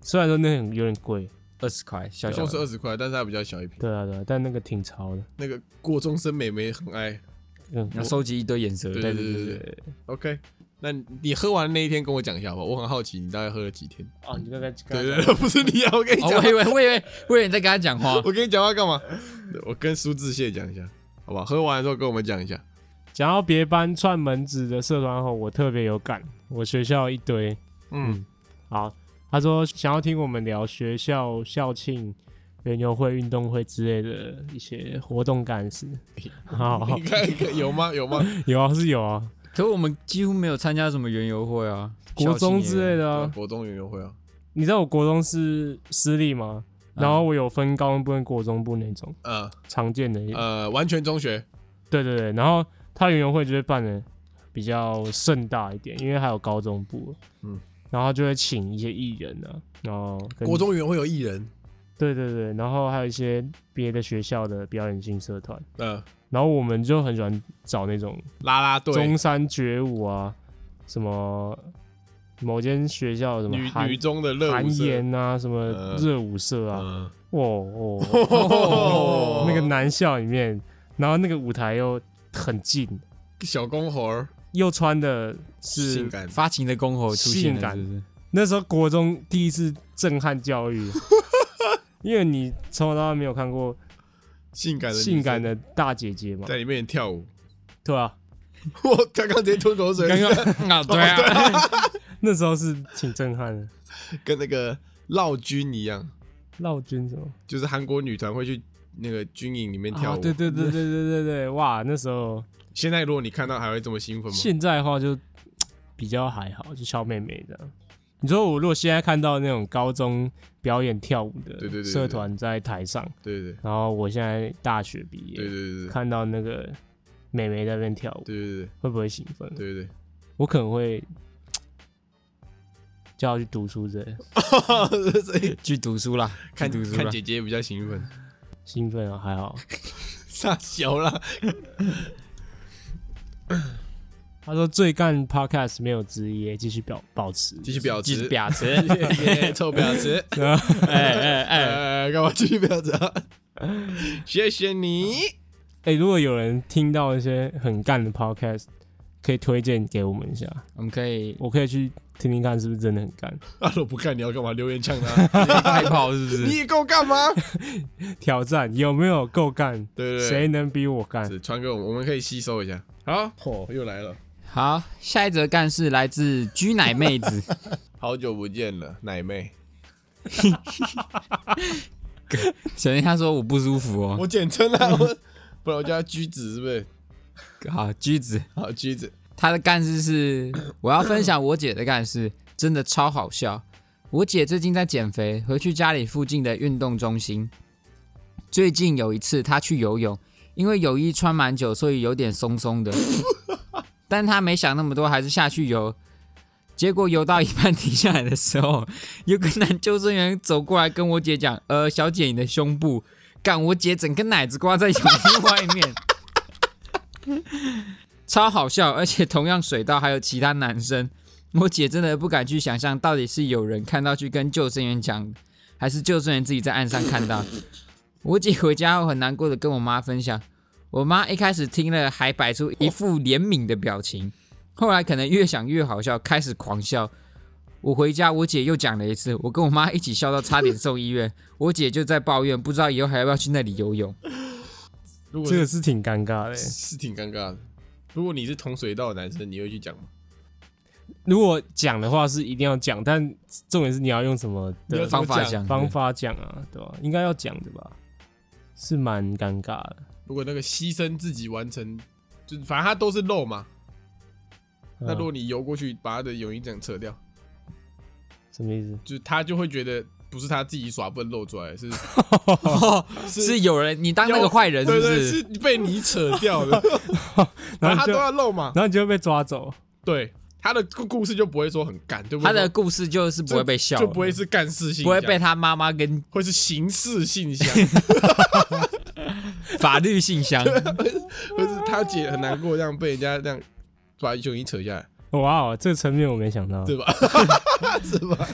B: 虽然说那很有点贵，
C: 二十块，小小
A: 就
C: 的
A: 是二十块，但是它比较小一瓶。
B: 对啊对啊，但那个挺潮的。
A: 那个国中生美眉很爱。
B: 嗯，
C: 然后收集一堆颜色，
A: 对
B: 对
A: 对
B: 对
A: 对
B: 对
A: 对
B: 对对。
A: OK，那你喝完那一天跟我讲一下吧，我很好奇你大概喝了几天。
B: 哦，你刚才刚
A: 对
B: 才
A: 对对，不是你啊，我跟你
C: 哦，
A: 讲
C: 我，以为，我哦以为，我以为你在跟他讲话。
A: 我跟你讲话干嘛？我跟苏志燮讲一下，好吧？喝完的时候跟我们讲一下。
B: 讲到别班串门子的社团后，我特别有感。我学校一堆
A: 嗯，
B: 好，他说想要听我们聊学校校庆、园游会、运动会之 类的一些活动干事。好，
A: 你看有吗？有吗？
B: 有啊，是有啊。
C: 可我们几乎没有参加什么园游会啊，
B: 国中之
C: 的。
B: 类的
A: 对啊
B: 啊。
A: 国中园游会啊，
B: 你知道我国中是私立吗？
A: 啊
B: 然后我有分高中部跟国中部那种
A: 呃
B: 常见的，
A: 呃，完全中学，
B: 对对对。然后他园游会就会办的比较盛大一点，因为还有高中部，
A: 嗯
B: 嗯，然后就会请一些艺人啊，然后跟
A: 国中园游会有艺人，
B: 对对对，然后还有一些别的学校的表演性社团，
A: 呃，
B: 然后我们就很喜欢找那种
A: 啦啦队
B: 中，山觉悟啊，什么某间学校什么
A: 女
B: 韩
A: 女中的热舞
B: 韩
A: 社，
B: 研啊，什么
A: 嗯
B: 热舞社啊，
A: 嗯，
B: 哇哦，
A: 哦
B: 那个男校里面，然后那个舞台又很近，
A: 小公猴儿
B: 又穿的是
A: 性感，
C: 发情的公猴出现
B: 性
C: 了，
B: 感
C: 是不是？
B: 那时候国中第一次震撼教 育，因为你从小到大没有看过
A: 性感的女生
B: 性感的大姐姐嘛，
A: 在里面跳舞，
B: 对啊，
A: 我刚刚直接吞口水，
C: 刚刚 啊，对啊，
B: 那时候是挺震撼的。
A: 跟那个绕军一样，
B: 绕军什么？
A: 就是韩国女团会去那个军营里面跳
B: 啊
A: 舞。
B: 对对对对对对对，哇，那时候
A: 现在如果你看到还会这么兴奋吗？
B: 现在的话就比较还好，就小妹妹这样。你说我如果现在看到那种高中表演跳舞
A: 对对对对
B: 的社团在台上，
A: 对对
B: 然后我现在大学毕业，
A: 对对对对对
B: 看到那个美眉在那边跳舞，
A: 对
B: 会不会兴奋？
A: 对对对，
B: 我可能会叫她去读书之类的，
A: 对所以
C: 去读书啦，
A: 看
C: 去读书
A: 看
C: 啦。
A: 姐姐比较兴奋，
B: 兴奋啊，还好。
A: 傻小啦，
B: 他说最干 podcast 没有之一，继续保保持，
A: 继续表
C: 记
A: 直，
C: 表词，
A: 臭婊子，
C: 哎哎哎，
A: 呃，干嘛继续婊子啊？谢谢你，
B: 哎、如果有人听到一些很干的 podcast，可以推荐给我们一下，
C: 我们可以
B: 我可以去听听看是不是真的很干。
A: 阿罗不看你要干嘛？留言呛他，
C: 开炮是不
A: 你
C: 是？
A: 也够干嘛？
B: 挑战有没有够干？
A: 对对对
B: 谁能比我干？
A: 是传给我们，我们可以吸收一下。好，哦，又来了，
C: 好，下一则干事来自居奶妹子，
A: 好久不见了，奶妹，
C: 小林他说我不舒服哦，
A: 我简称啊，我不然我叫她居子是不是？
C: 好橘子，
A: 好，居子，
C: 他的干事是我要分享我姐的干事，真的超好笑。我姐最近在减肥，回去家里附近的运动中心。最近有一次她去游泳，因为泳衣穿蛮久，所以有点松松的，但她没想那么多，还是下去游。结果游到一半停下来的时候，有个男救生员走过来跟我姐讲：“呃，小姐，你的胸部。”干我姐整个奶子挂在泳衣外面。超好笑，而且同样水道还有其他男生，我姐真的不敢去想象到底是有人看到去跟救生员讲，还是救生员自己在岸上看到。 我姐回家后很难过的跟我妈分享，我妈一开始听了还摆出一副怜悯的表情，后来可能越想越好笑，开始狂笑。我回家，我姐又讲了一次，我跟我妈一起笑到差点送医院。我姐就在抱怨，不知道以后还要不要去那里游泳。
A: 如果
B: 这个是挺尴尬的、欸
A: 是挺尴尬的。如果你是同水道的男生，你会去讲吗？
B: 如果讲的话是一定要讲，但重点是你要用什么
A: 你要
B: 的
A: 怎么
C: 方法
A: 讲
C: 讲
B: 方法讲啊，对吧、应该要讲的吧？是蛮尴尬的。
A: 如果那个牺牲自己完成，就是反正他都是肉嘛。那
B: 嗯
A: 如果你游过去把他的泳衣这样扯掉，
B: 什么意思？
A: 就是他就会觉得不是他自己耍笨露出来， 是
C: 哦，是有人，你当那个坏人是
A: 对
C: 不
A: 对，
C: 是？
A: 是被你扯掉 的。反正
B: 然
A: 他
B: 后
A: 都
B: 就
A: 要露嘛。
B: 然后你就会被抓走。
A: 对，他的故故事就不会说很干，对不对？
C: 他的故事就是不会被笑，
A: 就不会是干事性，
C: 不会被，他妈妈跟
A: 会是形式性 向，
C: 法律信 箱。
A: 会是他姐很难过，这样被人家这样把泳衣扯下 来。
B: 哇哦，这个层面我没想到。
A: 对吧？是吧？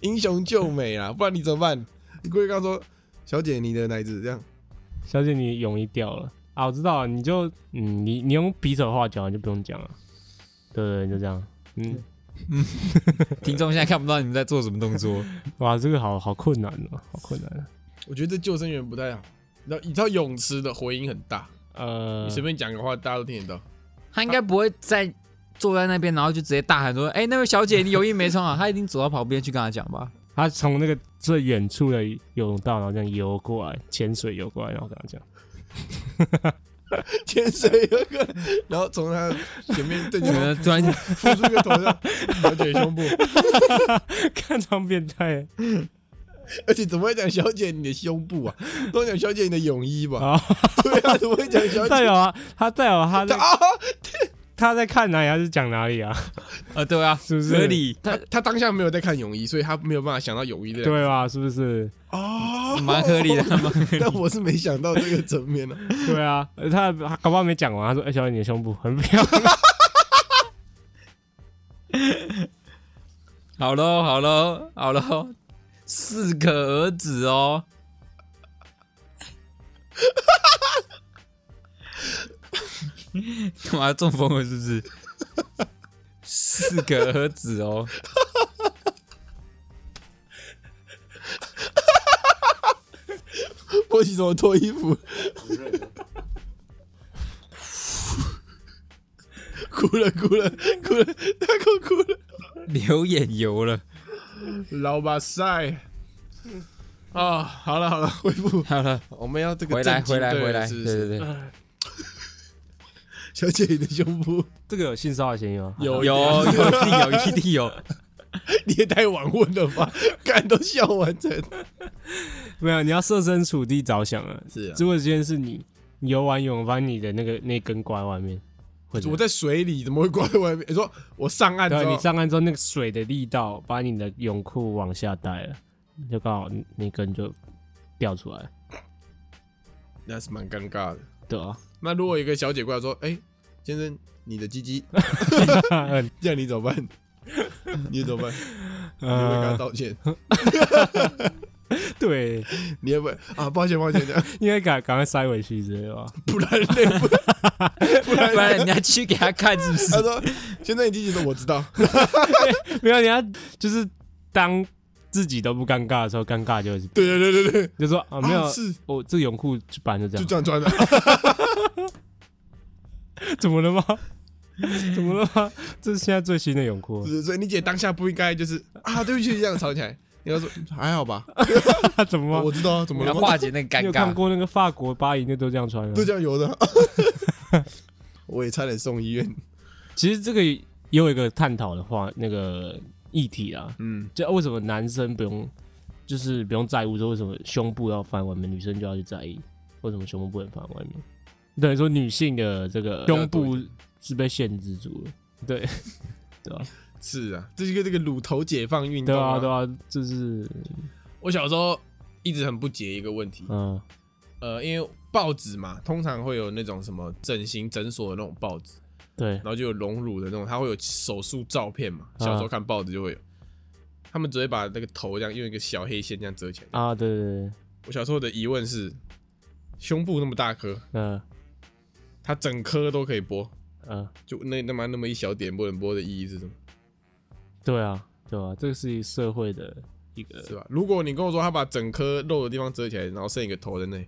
A: 英雄救美啊，不然你怎么办？你过去跟他说：“小姐，你的奶子这样。
B: 小姐，你泳衣掉了啊！我知道了，你就嗯，你你用比手画脚，你就不用讲了。对对对，就这样。嗯，
C: 听众现在看不到你们在做什么动作，
B: 哇，这个好好困难哦，好困难、啊。”
A: 我觉得这救生员不太好。你知道，你知道泳池的回音很大，
B: 呃
A: 你，随便讲个话，大家都听得到。
C: 他应该不会在坐在那边，然后就直接大喊说：“哎，那位小姐，你泳衣没穿好。” 他一定走到旁边去跟他讲吧。
B: 他从那个最远处的游泳道，然后这样游过来，潜水游过来，然后跟他讲，
A: 潜水有个，然后从他前面对你
C: 你们突 然
A: 付出一个头 上，小姐胸部，
B: 看这样变态
A: 而且怎么会讲小姐你的胸部啊？都讲小姐你的泳衣吧？
B: 啊！
A: 对啊，怎么会讲小
B: 代
A: 姐？
B: 表啊，他代表 他在
A: 啊，
B: 他在看哪里，他是讲哪里啊？
C: 呃，对啊，
B: 是不是
C: 合理？
A: 他他当下没有在看泳衣，所以他没有办法想到泳衣的。
B: 对吧？是不是？
A: 哦，
C: 蛮合理的，蛮合理
A: 但我是没想到这个层面呢、啊。
B: 对啊，呃他他搞不好没讲完，他说：“哎、小姐，你的胸部很漂亮。
C: 好喽，好喽，好喽，适可而止哦。 干嘛中风了是不是？适可而止哦。
A: 波奇怎么脱衣服？哭了哭了哭了，大口哭了。
C: 流眼油了。
A: 老巴塞啊，好了好了，恢复。
C: 好了，
A: 我们要这个
C: 回来，
A: 正经
C: 回来，
A: 对了啊
C: 回来。
A: 是
C: 对
A: 是
C: 对对，
B: 哎
A: 小姐，你的胸部
B: 这个有性骚扰嫌疑吗？
A: 有
C: 啊有有一定有，一定有。
A: 你也太晚问了吧？ 干都笑完才
B: 没有？你要设身处地着想啊。
A: 是啊
B: 如果今天是你，你游完泳，把你的那个那根挂在外面，会怎
A: 我
B: 样
A: 在水里怎么会挂在外面？你说我上岸之
B: 对啊，
A: 后，
B: 你上岸之后，那个水的力道把你的泳裤往下带了，就刚好那根就掉出来了，
A: 那是蛮尴尬的。
B: 对啊，
A: 那如果有一个小姐过来说：“哎、先生，你的鸡 鸡， 这样你怎么办？你怎么办？你
C: 嗯
A: 会不会跟她
B: 呃，
A: 道歉？
B: 对，
A: 你会不会啊？抱歉，抱 歉，这样
B: 应该赶赶快塞回去之类的吧。
A: 不然累不不然
C: 不然人家去给他看是不
A: 他
C: 是？
A: 说：“先生，你鸡鸡说我知道。
B: 没有，你要就是当自己都不尴尬的时候，尴尬就是”
A: 对对对对对，
C: 哦
B: 就说啊，没有，
A: 啊是
B: 我、这泳裤就本来就这
A: 就
B: 样，
A: 这样穿的。
B: 怎么了吗？ 怎么了吗？ 这是现在最新的泳裤，
A: 是所以你姐当下不应该就是啊，对不起，这样吵起来。你要说还好吧，
B: 啊、怎么
A: 我
B: 了？
A: 知道啊，怎么
C: 我
A: 了
C: 要？化解那个
B: 你
C: 尴
B: 有看
C: 尬。
B: 过那个法国巴黎那都这样穿
A: 都
B: 的？
A: 这样游的。 我也差点送医院。
B: 其实这个也有一个探讨的话，那个议题啊，
A: 嗯，
B: 就为什么男生不用，就是不用在乎说为什么胸部要翻外面，女生就要去在意为什么胸部不能翻外面？等于说女性的这个 呃胸部是被限制住了，对，对啊，
A: 是啊，这是一个这个乳头解放运
B: 对
A: 动
B: 啊，对啊，就是
A: 我小时候一直很不解一个问题，
B: 嗯，
A: 呃，因为报纸嘛，通常会有那种什么整形诊所的那种报纸，
B: 对
A: 然，后就有隆乳的那种，它会有手术照片嘛。
B: 啊
A: 小时候看报纸就会有，他们只会把那个头这样用一个小黑线这样遮起来。
B: 啊，对对对，
A: 我小时候的疑问是，胸部那么大颗，
B: 嗯
A: 它整颗都可以播，
B: 嗯，
A: 就那那么那么一小点不能播的意义是什么？
B: 对啊，对啊，这是社会的一个，
A: 是吧？如果你跟我说他把整颗肉的地方遮起来，然后剩一个头在那里，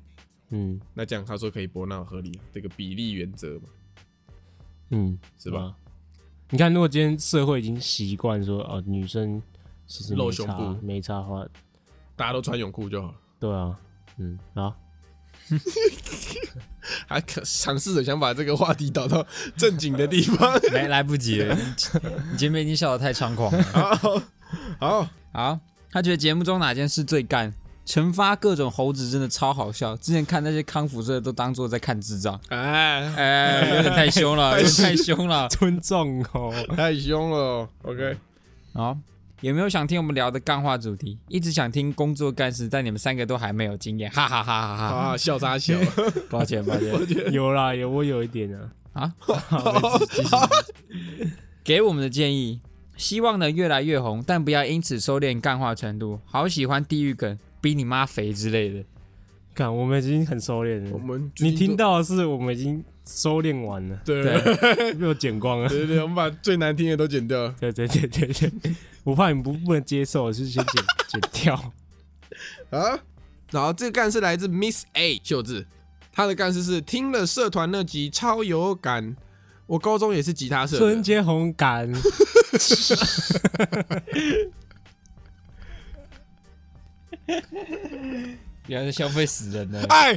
B: 嗯
A: 那这样他说可以播，那合理啊，这个比例原则嘛，
B: 嗯，
A: 是吧？
B: 啊？你看，如果今天社会已经习惯说哦，女生其实
A: 露
B: 没
A: 胸
B: 差
A: 部
B: 没差的话，
A: 大家都穿泳裤就好了。
B: 对啊，嗯，好。
A: 还可尝试着想把这个话题导到 正经的地方。
C: 来来不及了，你你前面已经笑得太猖狂了。
A: 好，好，
C: 好，他觉得节目中哪件事最干？惩罚各种猴子真的超好笑，之前看那些康复社都当做在看智 障，
A: 哎，
C: 哎，有点太凶了，有点太凶 了。
B: 尊重哦。
A: 太凶了哦。OK，
C: 好，有没有想听我们聊的干话主题？一直想听工作干事，但你们三个都还没有经验，哈哈哈哈哈！
A: 啊，笑啥笑？
C: 抱歉抱歉，
B: 有啦，有我有一点啊，
C: 给我们的建议，希望能越来越红，但不要因此收敛干话程度。好喜欢地狱梗，比你妈肥之类的。
B: 看我们已经很收敛
A: 我
B: 了。
A: 们
B: 你听到的是我们已经收敛完了，
A: 对
C: 对
A: 对对
B: 被我剪光了。
A: 对对，我们把最难听的都剪掉。
B: 对对对对对，我怕你不不能接受，就先剪剪掉。
A: 啊。然后这个干事来自 Miss A 秀智，她的干事是听了社团那集超有感，我高中也是吉他社的
B: 春节红感，
C: 不要再消费死人 了，
A: 哎，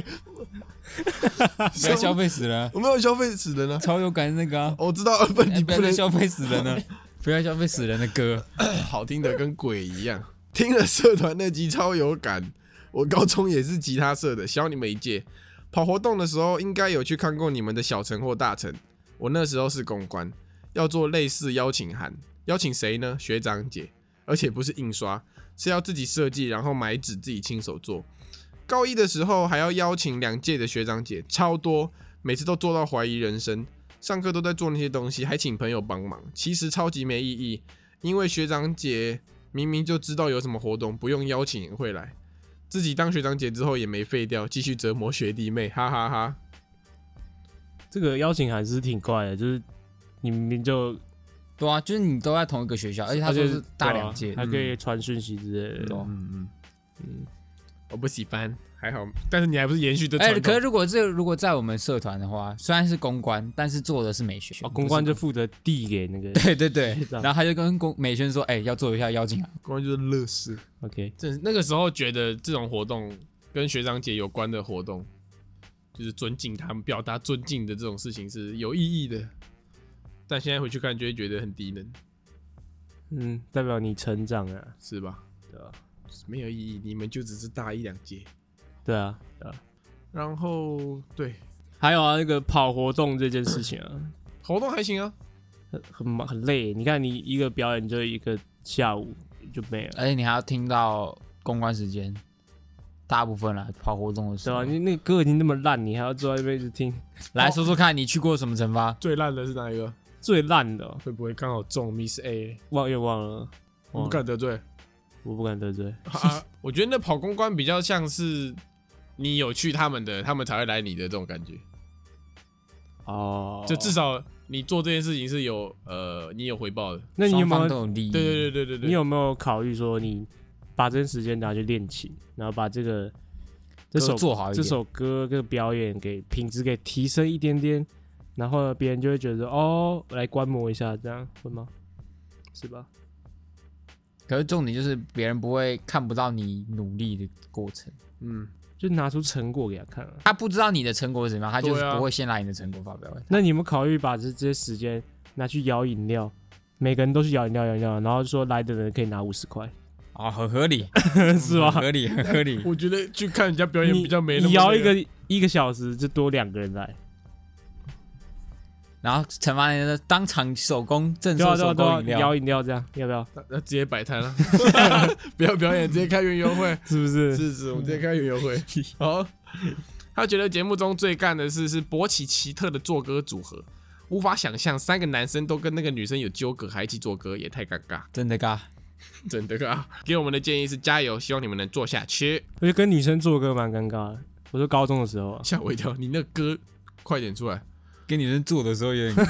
C: 不要消费死人啊，
A: 我没有消费死人啊！
C: 超有感那个啊，
A: 我知道，不，
C: 哎
A: 你
C: 不要
A: 不
C: 再
A: 能
C: 消费死人了， 不要消费死人的歌，
A: 好听的跟鬼一样。 听了社团那集超有感，我高中也是吉他社的，小你们一届。跑活动的时候应该有去看过你们的小城或大城，我那时候是公关，要做类似邀请函，邀请谁呢？学长姐，而且不是印刷，是要自己设计，然后买纸自己亲手做。高一的时候还要邀请两届的学长姐，超多，每次都做到怀疑人生。上课都在做那些东西，还请朋友帮忙，其实超级没意义。因为学长姐明明就知道有什么活动，不用邀请也会来。自己当学长姐之后也没废掉，继续折磨学弟妹，哈哈哈
B: 这个邀请函是挺怪的，就是你明明就
C: 对啊，就是你都在同一个学校，而且他
B: 而
C: 说
B: 且
C: 是大两届
B: 对，啊还可以传讯息之类
C: 嗯
B: 的。
A: 嗯嗯嗯，我不喜欢，还好，但是你还不是延续的
C: 哎、
A: 传
C: 可
A: 统
C: 是如果这如果在我们社团的话，虽然是公关，但是做的是美宣、
B: 哦，公关
C: 不
B: 就负责递给那个
C: 是对对对，
B: 这样
C: 然后他就跟公美宣说，哎、要做一下邀请函，
A: 关于就是乐事。
B: OK，
A: 这那个时候觉得这种活动跟学长姐有关的活动，就是尊敬他们、表达尊敬的这种事情是有意义的。但现在回去看，就会觉得很低能，
B: 嗯，代表你成长啊，
A: 是吧？
B: 对啊，
A: 就是没有意义，你们就只是大一两届。
B: 对啊，对啊。
A: 然后对
B: 还有啊，那个跑活动这件事情啊，
A: 活动还行啊，
B: 很很忙很累。你看你一个表演就一个下午就没了，
C: 而且你还要听到公关时间，大部分啦跑活动的时
B: 对吧、啊
C: 候，
B: 你那个歌已经那么烂，你还要坐在那边一直听
C: 来说说看你去过什么惩罚？
A: 最烂的是哪一个？
B: 最烂的哦、
A: 会不会刚好中 Miss A？
B: 忘又忘了，
A: 我不
B: 忘了
A: 敢得 罪。
B: 我不敢得罪。
A: 啊，我觉得那跑公关比较像是你有去他们的，他们才会来你的这种感觉。
B: 哦，
A: 就至少你做这件事情是有呃，你有回报的。
B: 那你有
C: 双
B: 没
C: 方
B: 有
C: 都有利益？
A: 对对对对对对，
B: 你有没有考虑说，你把这时间拿去练琴，然后把这个这
C: 都
B: 首
C: 做好一
B: 这
C: 点。
B: 首歌跟表演给品质给提升一点点，然后呢，别人就会觉得哦，来观摩一下，这样会吗？是吧？
C: 可是重点就是别人不会看不到你努力的过程，
A: 嗯，
B: 就拿出成果给他看啊。
C: 他不知道你的成果是怎么样，他就是
A: 对啊
C: 不会先来你的成果发表会。
B: 那你有没有考虑把这这些时间拿去摇饮料？每个人都去摇饮料，摇饮料，然后说来的人可以拿五十块，
C: 哦，很合理，
B: 是吧？
C: 合理，很合 理。
A: 我觉得去看人家表演
B: 你
A: 比较没那么啊
B: 你摇
A: 那
B: 一个一个小时，就多两个人来，
C: 然后惩罚人当场手工赠
B: 对啊
C: 送
B: 对啊
C: 手工
B: 对啊，
C: 饮料
B: 摇，饮料这样要不要？
A: 那那直接摆摊 了，不要表演，直接开园游会。
B: 是不是？
A: 是是，我们直接开园游会。 好，他觉得节目中最干的事是勃起奇特的作歌组合，无法想象三个男生都跟那个女生有纠葛，还一起作歌，也太尴尬。
C: 真的嘎。
A: 真的啊，给我们的建议是加油，希望你们能做下去。
B: 我觉得跟女生做歌蛮尴尬的。我说高中的时候啊，
A: 吓我一跳，你那歌快点出来！
C: 跟女生做的时候有点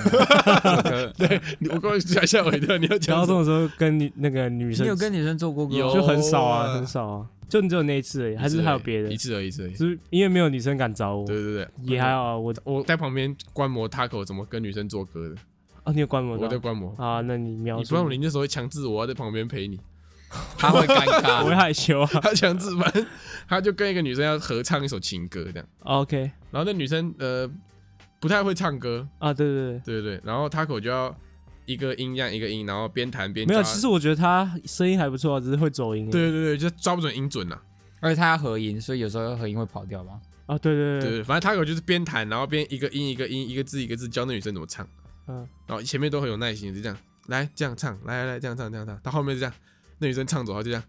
C: 这个
A: 你 我刚刚吓吓我一跳，你要讲
B: 高
A: 什 么？
B: 中的时候跟女那个女生
C: 你有跟女生做过歌？
A: 有
B: 就很少
A: 有啊
B: 啊，很少啊，就只有那一次而已，还是还有别的
A: 一，次而已，一次而已。
B: 就是因为没有女生敢找我，
A: 对对对，
B: 也还好啊。我
A: 我在旁边观摩 Taco 怎么跟女生做歌的，
B: 哦，你有观摩
A: 我在
B: 到
A: 观摩。
B: 啊？那你描
A: 你
B: 述
A: 不，然你那时候会强制我要在旁边陪你，
C: 他会尴
B: 我会
C: 尬。
B: 害羞啊。
A: 他强制反正他就跟一个女生要合唱一首情歌这样，
B: 哦 OK
A: 然后那女生呃不太会唱歌，
B: 啊，对对
A: 对对对，然后 Taco 就要一个音样一个音，然后边弹边
B: 对，没有。
A: 抓
B: 其实我觉得她声音还不错啊，只是会走音而已。
A: 对对对，就抓不准音准呐、啊
C: 而且他要合音，所以有时候合音会跑掉嘛。
B: 啊，对对对，
A: 对，反正 Taco 就是边弹，然后边一个音一个音，一个字一个字教那女生怎么唱，
B: 嗯，
A: 然后前面都很有耐心，就这样来这样唱，来来来这样唱这样唱，到后面是这样，那女生唱走，她就这样，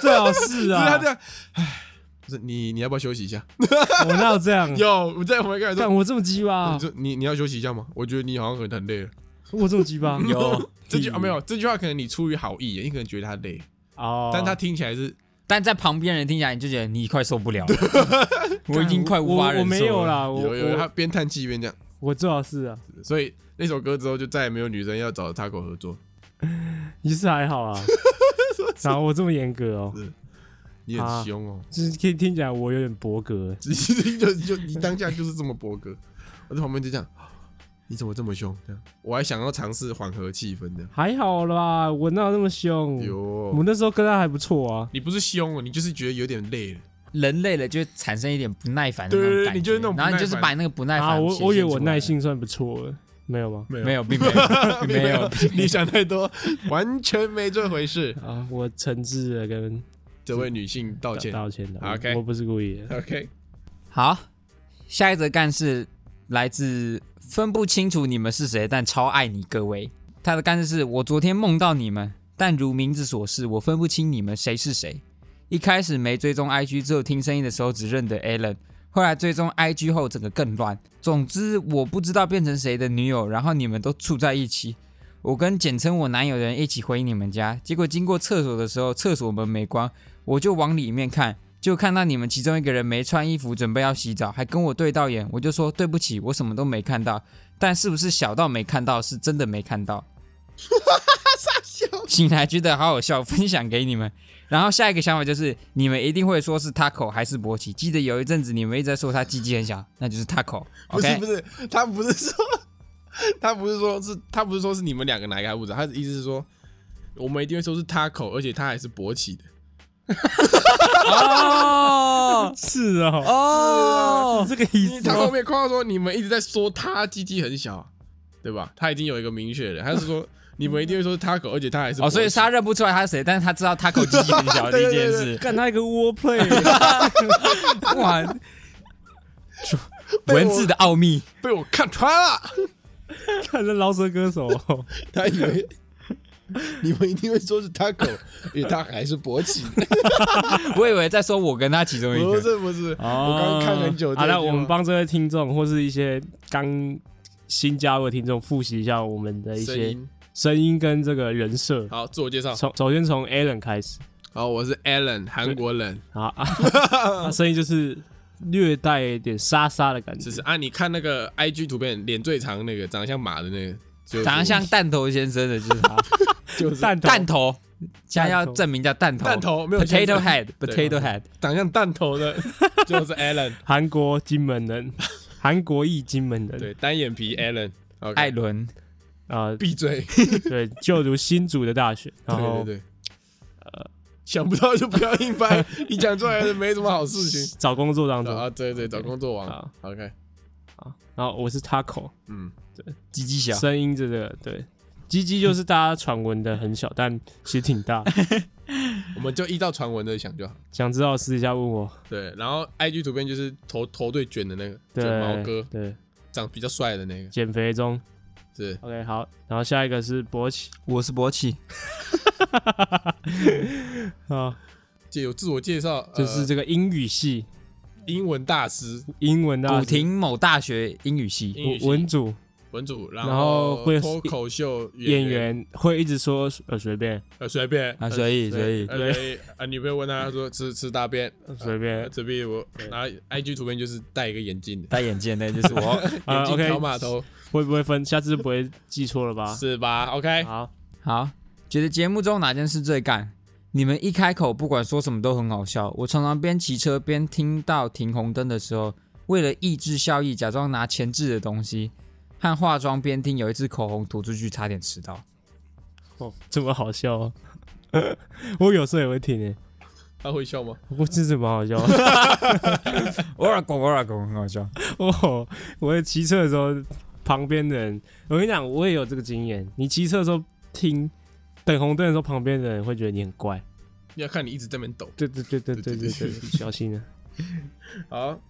B: 最好是
A: 就是她
B: 啊
A: 这，样，唉，不是你你要不要休息一下？
B: 我哪有这样？
A: 有我在我们开始
B: 但
A: 说，
B: 我这么鸡巴啊
A: 你，说你你要休息一下吗？我觉得你好像很很累了。
B: 我这么鸡巴，
C: 有，
A: 这句啊没 有这句话可能你出于好意，你可能觉得她累，
B: 哦，
A: 但她听起来是
C: 但在旁边人听起来，你就觉得你快受不了 了，我已经快无法
B: 我
C: 忍受
B: 我没有
C: 了。
B: 啦，我
A: 有有她
B: 我
A: 边叹气边这样，
B: 我最好是啊，
A: 所以那首歌之后就再也没有女生要找 Taco 合作。
B: 你是 还好啊，然后我这么严格哦，
A: 你很
B: 啊
A: 凶哦。
B: 就是可以听起来我有点伯格，
A: 直接就就你当下就是这么博格，我在旁边就这样，你怎么这么凶？这样我还想要尝试缓和气氛的。
B: 还好啦，我哪有那么凶？嗯我
A: 哟，
B: 那时候跟他还不错啊。
A: 你不是凶，哦你就是觉得有点累了。
C: 人累了就会产生一点不耐烦的那种
A: 对
C: 感觉，
A: 你就是那种不
C: 然后你就是
A: 耐烦
C: 把那个不耐
B: 啊，
C: 烦
B: 我
C: 显现出来，
B: 我以为我耐性算不错了，没有吗？
A: 没
C: 没有，并没有， 并没有，
A: 你想太多，完全没这回事。
B: 啊，我诚挚的跟
A: 这位女性道歉。
B: 道歉的
A: OK
B: 我不是故意的。
A: OK，
C: 好，下一则干事来自分不清楚你们是谁，但超爱你各位。他的干事是我昨天梦到你们，但如名字所示，我分不清你们谁是谁。一开始没追踪 IG，只有听声音的时候只认得 Alan，后来追踪 IG 后整个更乱。总之我不知道变成谁的女友，然后你们都住在一起。我跟简称我男友的人一起回你们家，结果经过厕所的时候，厕所门没关，我就往里面看，就看到你们其中一个人没穿衣服，准备要洗澡，还跟我对到眼，我就说对不起，我什么都没看到。但是不是小到没看到，是真的没看到。醒来觉得好好笑，分享给你们。然后下一个想法就是，你们一定会说是他口还是勃起。记得有一阵子你们一直在说他鸡鸡很小，那就是他口。
A: 不
C: OK，
A: 是不是，他不是说，他不是说是，他不是说是你们两个哪一个还不知道，他的意思是说，我们一定会说是他口，而且他还是勃起的。
C: 哦
B: 是哦，
C: 哦，
B: 是这个意
A: 因为
B: 思
A: 他
B: 哦。
A: 后面括号说你们一直在说他鸡鸡很小，对吧？他已经有一个明确的，他是说你们一定会说是他口，而且他还是
C: 哦，所以
A: 勃起
C: 他认不出来他是谁，但是他知道他口鸡鸡很小的
A: 对
C: 一
A: 对
C: 件
A: 对
C: 事。
B: 干他一个 war play，
C: 哇，
A: 被我
C: 文字的奥秘。
A: 被我看穿了，
B: 看那饶舌歌手，
A: 他以为你们一定会说是他口，因为他还是勃起的。
C: 我以为在说我跟他其中一
A: 不
C: 个。
A: 是不是，
B: 哦
A: 我刚刚看很久这
B: 好
A: 个地
B: 了，
A: 方
B: 我们帮这位听众或是一些刚新加入的听众复习一下我们的一
A: 声
B: 些
A: 音。
B: 声音跟这个人设。
A: 好，自我介绍。
B: 从首先从 Alan 开始，
A: 好，我是 Alan，韩国人。
B: 啊 啊，他声音就是略带一点沙沙的感觉
A: 只。是啊，你看那个 IG 图片，脸最长那个，长得像马的那个，就是
C: 长得像弹头先生的就是他，
A: 就是
B: 弹头
C: 弹头，现在要证明叫弹头。
A: 弹头，没有先
C: ，potato
A: 生
C: head，potato head。
A: 长得像弹头的，就是 Alan。
B: 韩国金 门人，韩国裔金门人。
A: 对，单眼皮 Alan，
C: 艾伦，
B: 啊，
A: 闭嘴。
B: 对，就读新竹的大学，然
A: 对对
B: 后
A: 对，想不到就不要硬掰， 你讲出来的没什么好事情。
B: 找工作当中
A: 啊，对对，找工作王
B: 啊，
A: ，OK，
B: 啊，然后我是 Taco，
A: 嗯，
C: 鸡鸡小，
B: 声音这个对，鸡鸡就是大家传闻的很小，但其实 挺大。
A: 我们就依照传闻的想就好。
B: 想知道私底下问我，
A: 对，然后 IG 图片就是头头最卷的那个
B: 对
A: 卷毛哥，
B: 对，
A: 长比较帅的那个，
B: 减肥中。
A: 是
B: OK，好，然后下一个是勃起
C: 我是勃起。
B: 啊，
A: 借由自我介绍，呃
B: 就是这个英语系
A: 英文大师
B: 英文的
C: 古亭某大学英语系，
A: 英语系
B: 文组
A: 文主，
B: 然
A: 然
B: 后会有
A: 脱口秀
B: 演
A: 员，
B: 员会一直说呃随便
A: 呃，随便
C: 啊，所以所以
A: 呃所以啊，女朋友问他，他说吃吃大便，
B: 呃随便
A: 呃这边我然后 IG 图片就是戴一个眼镜的，
C: 戴眼镜那就是 我。
B: 啊
A: 眼镜
B: ，OK，
A: 挑码头
B: 会不会分？下次不会记错了吧？
A: 是吧？OK，
B: 好，
C: 好，觉得节目中哪件事最干？你们一开口，不管说什么都很好笑。我常常边骑车边听到停红灯的时候，为了抑制效益，假装拿前置的东西和化妆边听。有一次口红涂出去，差点迟到。
B: 哦，这么好笑、哦， 我有时候也会听诶、
A: 他会笑吗？
B: 我这怎么好笑？
C: 偶尔狗，偶尔狗，很好笑。
B: 哦， 我骑车的时候，旁边的人，我跟你讲，我也有这个经验。你骑车的时候听等红灯的时候，旁边的人会觉得你很怪。
A: 要看你一直在那边抖。
B: 对对对对对
A: 对
B: 对
A: 对
B: 对， 小心啊！
A: 好，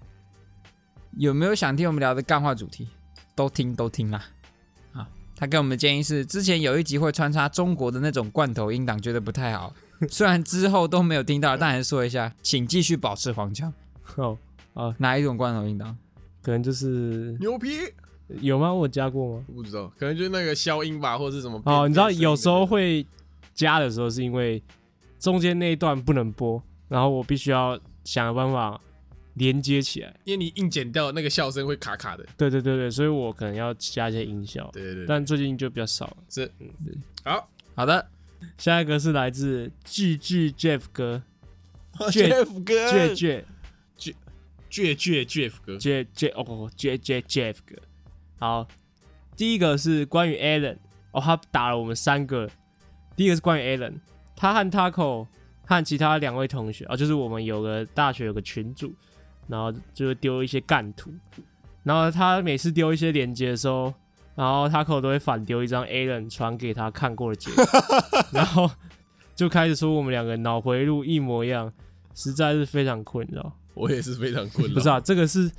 C: 有没有想听我们聊的干话主题？都听都听啦。啊，他给我们的建议是，之前有一集会穿插中国的那种罐头音档，觉得不太好。虽然之后都没有听到，但还是说一下，请继续保持黄腔。
B: 哦，
C: 哪一种罐头音档？
B: 可能就是
A: 牛皮，
B: 有吗？我加过吗？
A: 不知道，可能就是那个消音吧，或者是什么变。
B: 哦，你知道
A: 变声音
B: 有时候会加的时候，是因为中间那一段不能播，然后我必须要想个办法连接起来。
A: 因为你硬剪掉那个笑声会卡卡的。
B: 对对对对，所以我可能要加一些音效，
A: 对对对，
B: 但最近就比较少了。
A: 是好。
C: 好的，
B: 下一个是来自 G G Jeff 哥
A: Jeff 哥
B: ，J J
A: 倔倔 Jeff 哥，
B: J J 哦 J J Jeff 哥，好，第一个是关于 Allen，哦，他打了我们三个。第一个是关于 Allen，他和 Taco 和其他两位同学啊、哦就是我们有个大学有个群组，然后就丢一些干图，然后他每次丢一些连接的时候，然后 Taco 都会反丢一张 Allen 传给他看过的结果， 然后就开始说我们两个脑回路一模一样，实在是非常困扰。
A: 我也是非常困扰。
B: 不是啊，这个是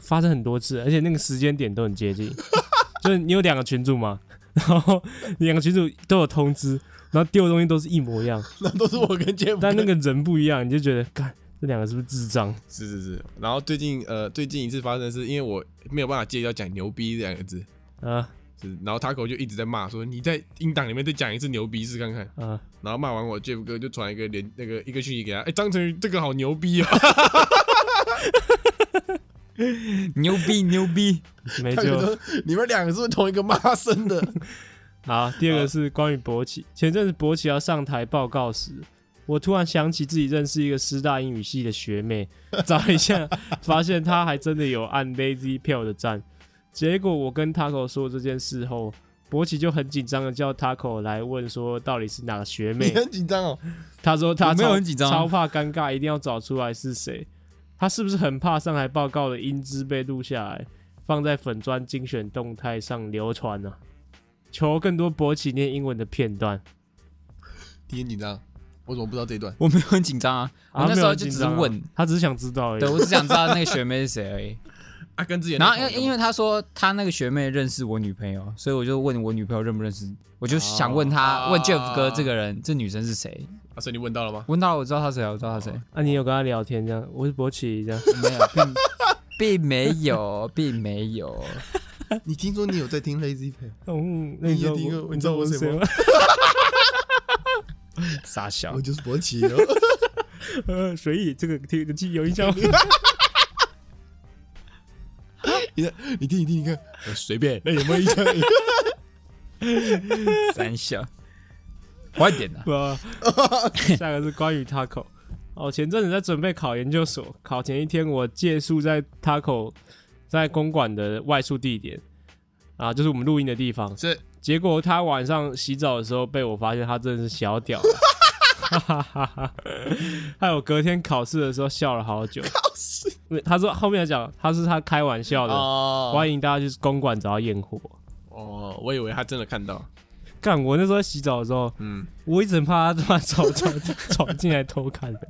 B: 发生很多次，而且那个时间点都很接近。 就是你有两个群主嘛， 然后两个群主都有通知，然后丢的东西都是一模一样，
A: 那都是我跟杰夫。
B: 但那个人不一样，你就觉得，干这两个是不是智障？
A: 是是是。然后最近呃，最近一次发生的是因为我没有办法戒掉讲“牛逼”这两个字，
B: 啊
A: 是。然后 Taco 就一直在骂说：“你在音档里面再讲一次‘牛逼’试看看。
B: 啊！”
A: 然后骂完我，Jeff 哥就传一个连那个一个讯息给他：“哎、张成宇这个好牛逼哦！”
C: 牛逼牛逼！
B: 没
A: 他觉
B: 救。
A: 得 你们两个是不是同一个妈生 的？
B: 好，第二个是关于博奇。前阵子博奇要上台报告时，我突然想起自己认识一个师大英语系的学妹，找了一下，发现她还真的有按 Lazy 票的站。结果我跟 Taco 说这件事后，博奇就很紧张的叫 Taco 来问说到底是哪个学妹
A: 你。很紧张哦。
B: 他说他
C: 我没有
B: 超
C: 很紧张啊
B: 超怕尴尬，一定要找出来是谁。他是不是很怕上海报告的音质被录下来，放在粉砖精选动态上流传呢、求更多博起念英文的片段。
A: 你很紧张，我怎么不知道这一段？
C: 我没有很紧张啊，
B: 啊
C: 我那时
B: 没有
C: 候
B: 很
C: 就只
B: 紧
C: 是
B: 张啊
C: 问，
B: 他只是想知道而已
C: 对。我只想知道那个学妹是谁而已。
A: 啊，跟之前
C: 然
A: 那
C: 后因为因为他说他那个学妹认识我女朋友，所以我就问我女朋友认不认识，我就想问他、
A: 哦
C: 问 Jeff 哥这个人这女生是谁。
A: 啊，所以你问到了吗？
C: 问到了我知道他谁啊，我知道他谁，
B: 啊，你有跟他聊天这样？我是博起这样。
C: 没有，并 并没有，并没有。
A: 你听说你有在听 Lazy Pay？
B: 嗯，那你知道
A: 你也听
B: 我
A: 过
B: 你知道我是谁吗？
C: 傻小
A: 我，就是博奇 哦。
B: 呃，所以这个听得记有印象吗？
A: 你看，你听，你听，你看，呃随便，那有没有印象？
C: 三小，快点 啊！
B: 哇下个是关于 Taco。哦，前阵子在准备考研究所，考前一天我借宿在 Taco 在公馆的外宿地点，啊，就是我们录音的地 方。
A: 是
B: 结果他晚上洗澡的时候被我发现，他真的是小屌啊，哈哈哈哈！害我隔天考试的时候笑了好久。因为他说后面有讲他是他开玩笑的，
C: 哦，
B: 欢迎大家去公馆找他验货。
A: 哦，我以为他真的看到。
B: 干，我那时候在洗澡的时候，
A: 嗯，
B: 我一直很怕他他妈闯闯闯进来偷看的。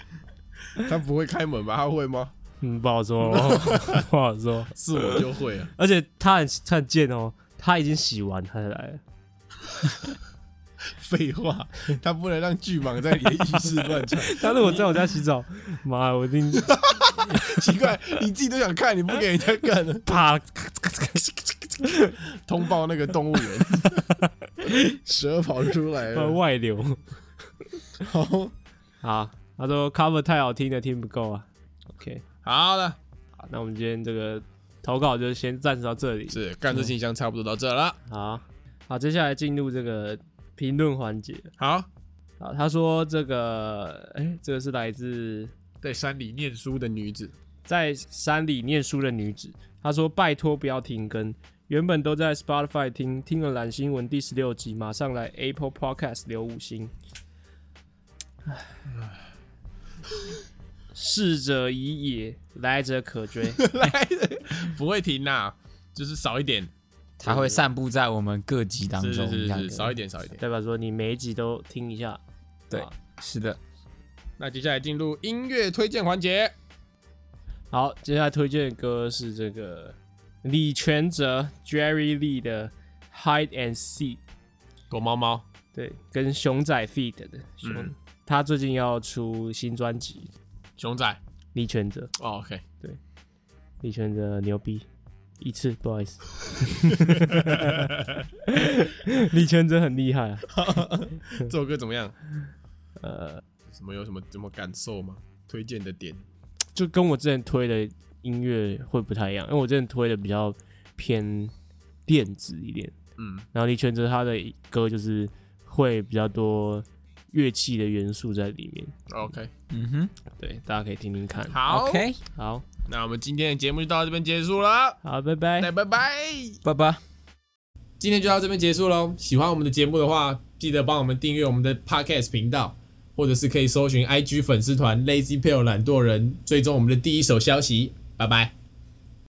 A: 他不会开门吧？他会吗？
B: 嗯，不好说， 不好说。
A: 是我就会 啊。
B: 而且他很他很贱哦，他已经洗完他才来了。
A: 废话，他不能让巨蟒在你的浴室乱窜。
B: 他如果在我家洗 澡，妈，我一定
A: 奇怪，你自己都想看，你不给人家看 呢？
B: 啪！
A: 通报那个动物园， 蛇跑出来
B: 呃
A: 了。
B: 外流。
A: 好，
B: 好，他说 cover 太好听的听不够啊。OK，
A: 好了，
B: 好，那我们今天这个投稿就先暂时到这里。
A: 是干这信箱差不多到这了。
B: 好，好，接下来进入这个评论环节。
A: 好，
B: 好，他说这个，哎、这个是来自
A: 在山里念书的女子，
B: 在山里念书的女子，她说：“拜托不要停更，原本都在 Spotify 听，听了懒新闻第十六集，马上来 Apple Podcast 留五星。唉逝者已也，来者可追。
A: 来不会停呐、就是少一点，
C: 他会散布在我们各级当
A: 是是
C: 中，
A: 是
C: 这样
A: 是，
C: 子
A: 少一点少一点。
B: 代表说你每一集都听一下。
C: 对
B: 好，
C: 是的，
A: 那接下来进入音乐推荐环节，
B: 好，接下来推荐的歌是这个李全哲 Jerry Lee 的《Hide and Seek》。
A: 躲猫猫，
B: 对，跟熊仔 feat 的熊，
A: 嗯
B: 他最近要出新专辑，
A: 熊仔。
B: 李全哲，
A: 哦、OK，
B: 李全哲牛逼，一次不好意思， 李全哲很厉害啊，
A: 这首歌怎么样？
B: 呃，
A: 什么有什么什么感受吗？推荐的点
B: 就跟我之前推的音乐会不太一样，因为我之前推的比较偏电子一点，
A: 嗯，
B: 然后李全哲他的歌就是会比较多乐器的元素在里面，
A: ？OK，
C: 嗯哼
B: 对，大家可以听听看。
A: 好
C: ，OK，
B: 好，
A: 那我们今天的节目就到这边结束了，
B: 好，拜拜。
A: 那拜拜。
C: 拜拜。
A: 哎今天就到这边结束喽。喜欢我们的节目的话，记得帮我们订阅我们的 Podcast 频道，或者是可以搜寻 IG 粉丝团 Lazy p a l e 懒惰人，追踪我们的第一手消息。拜拜。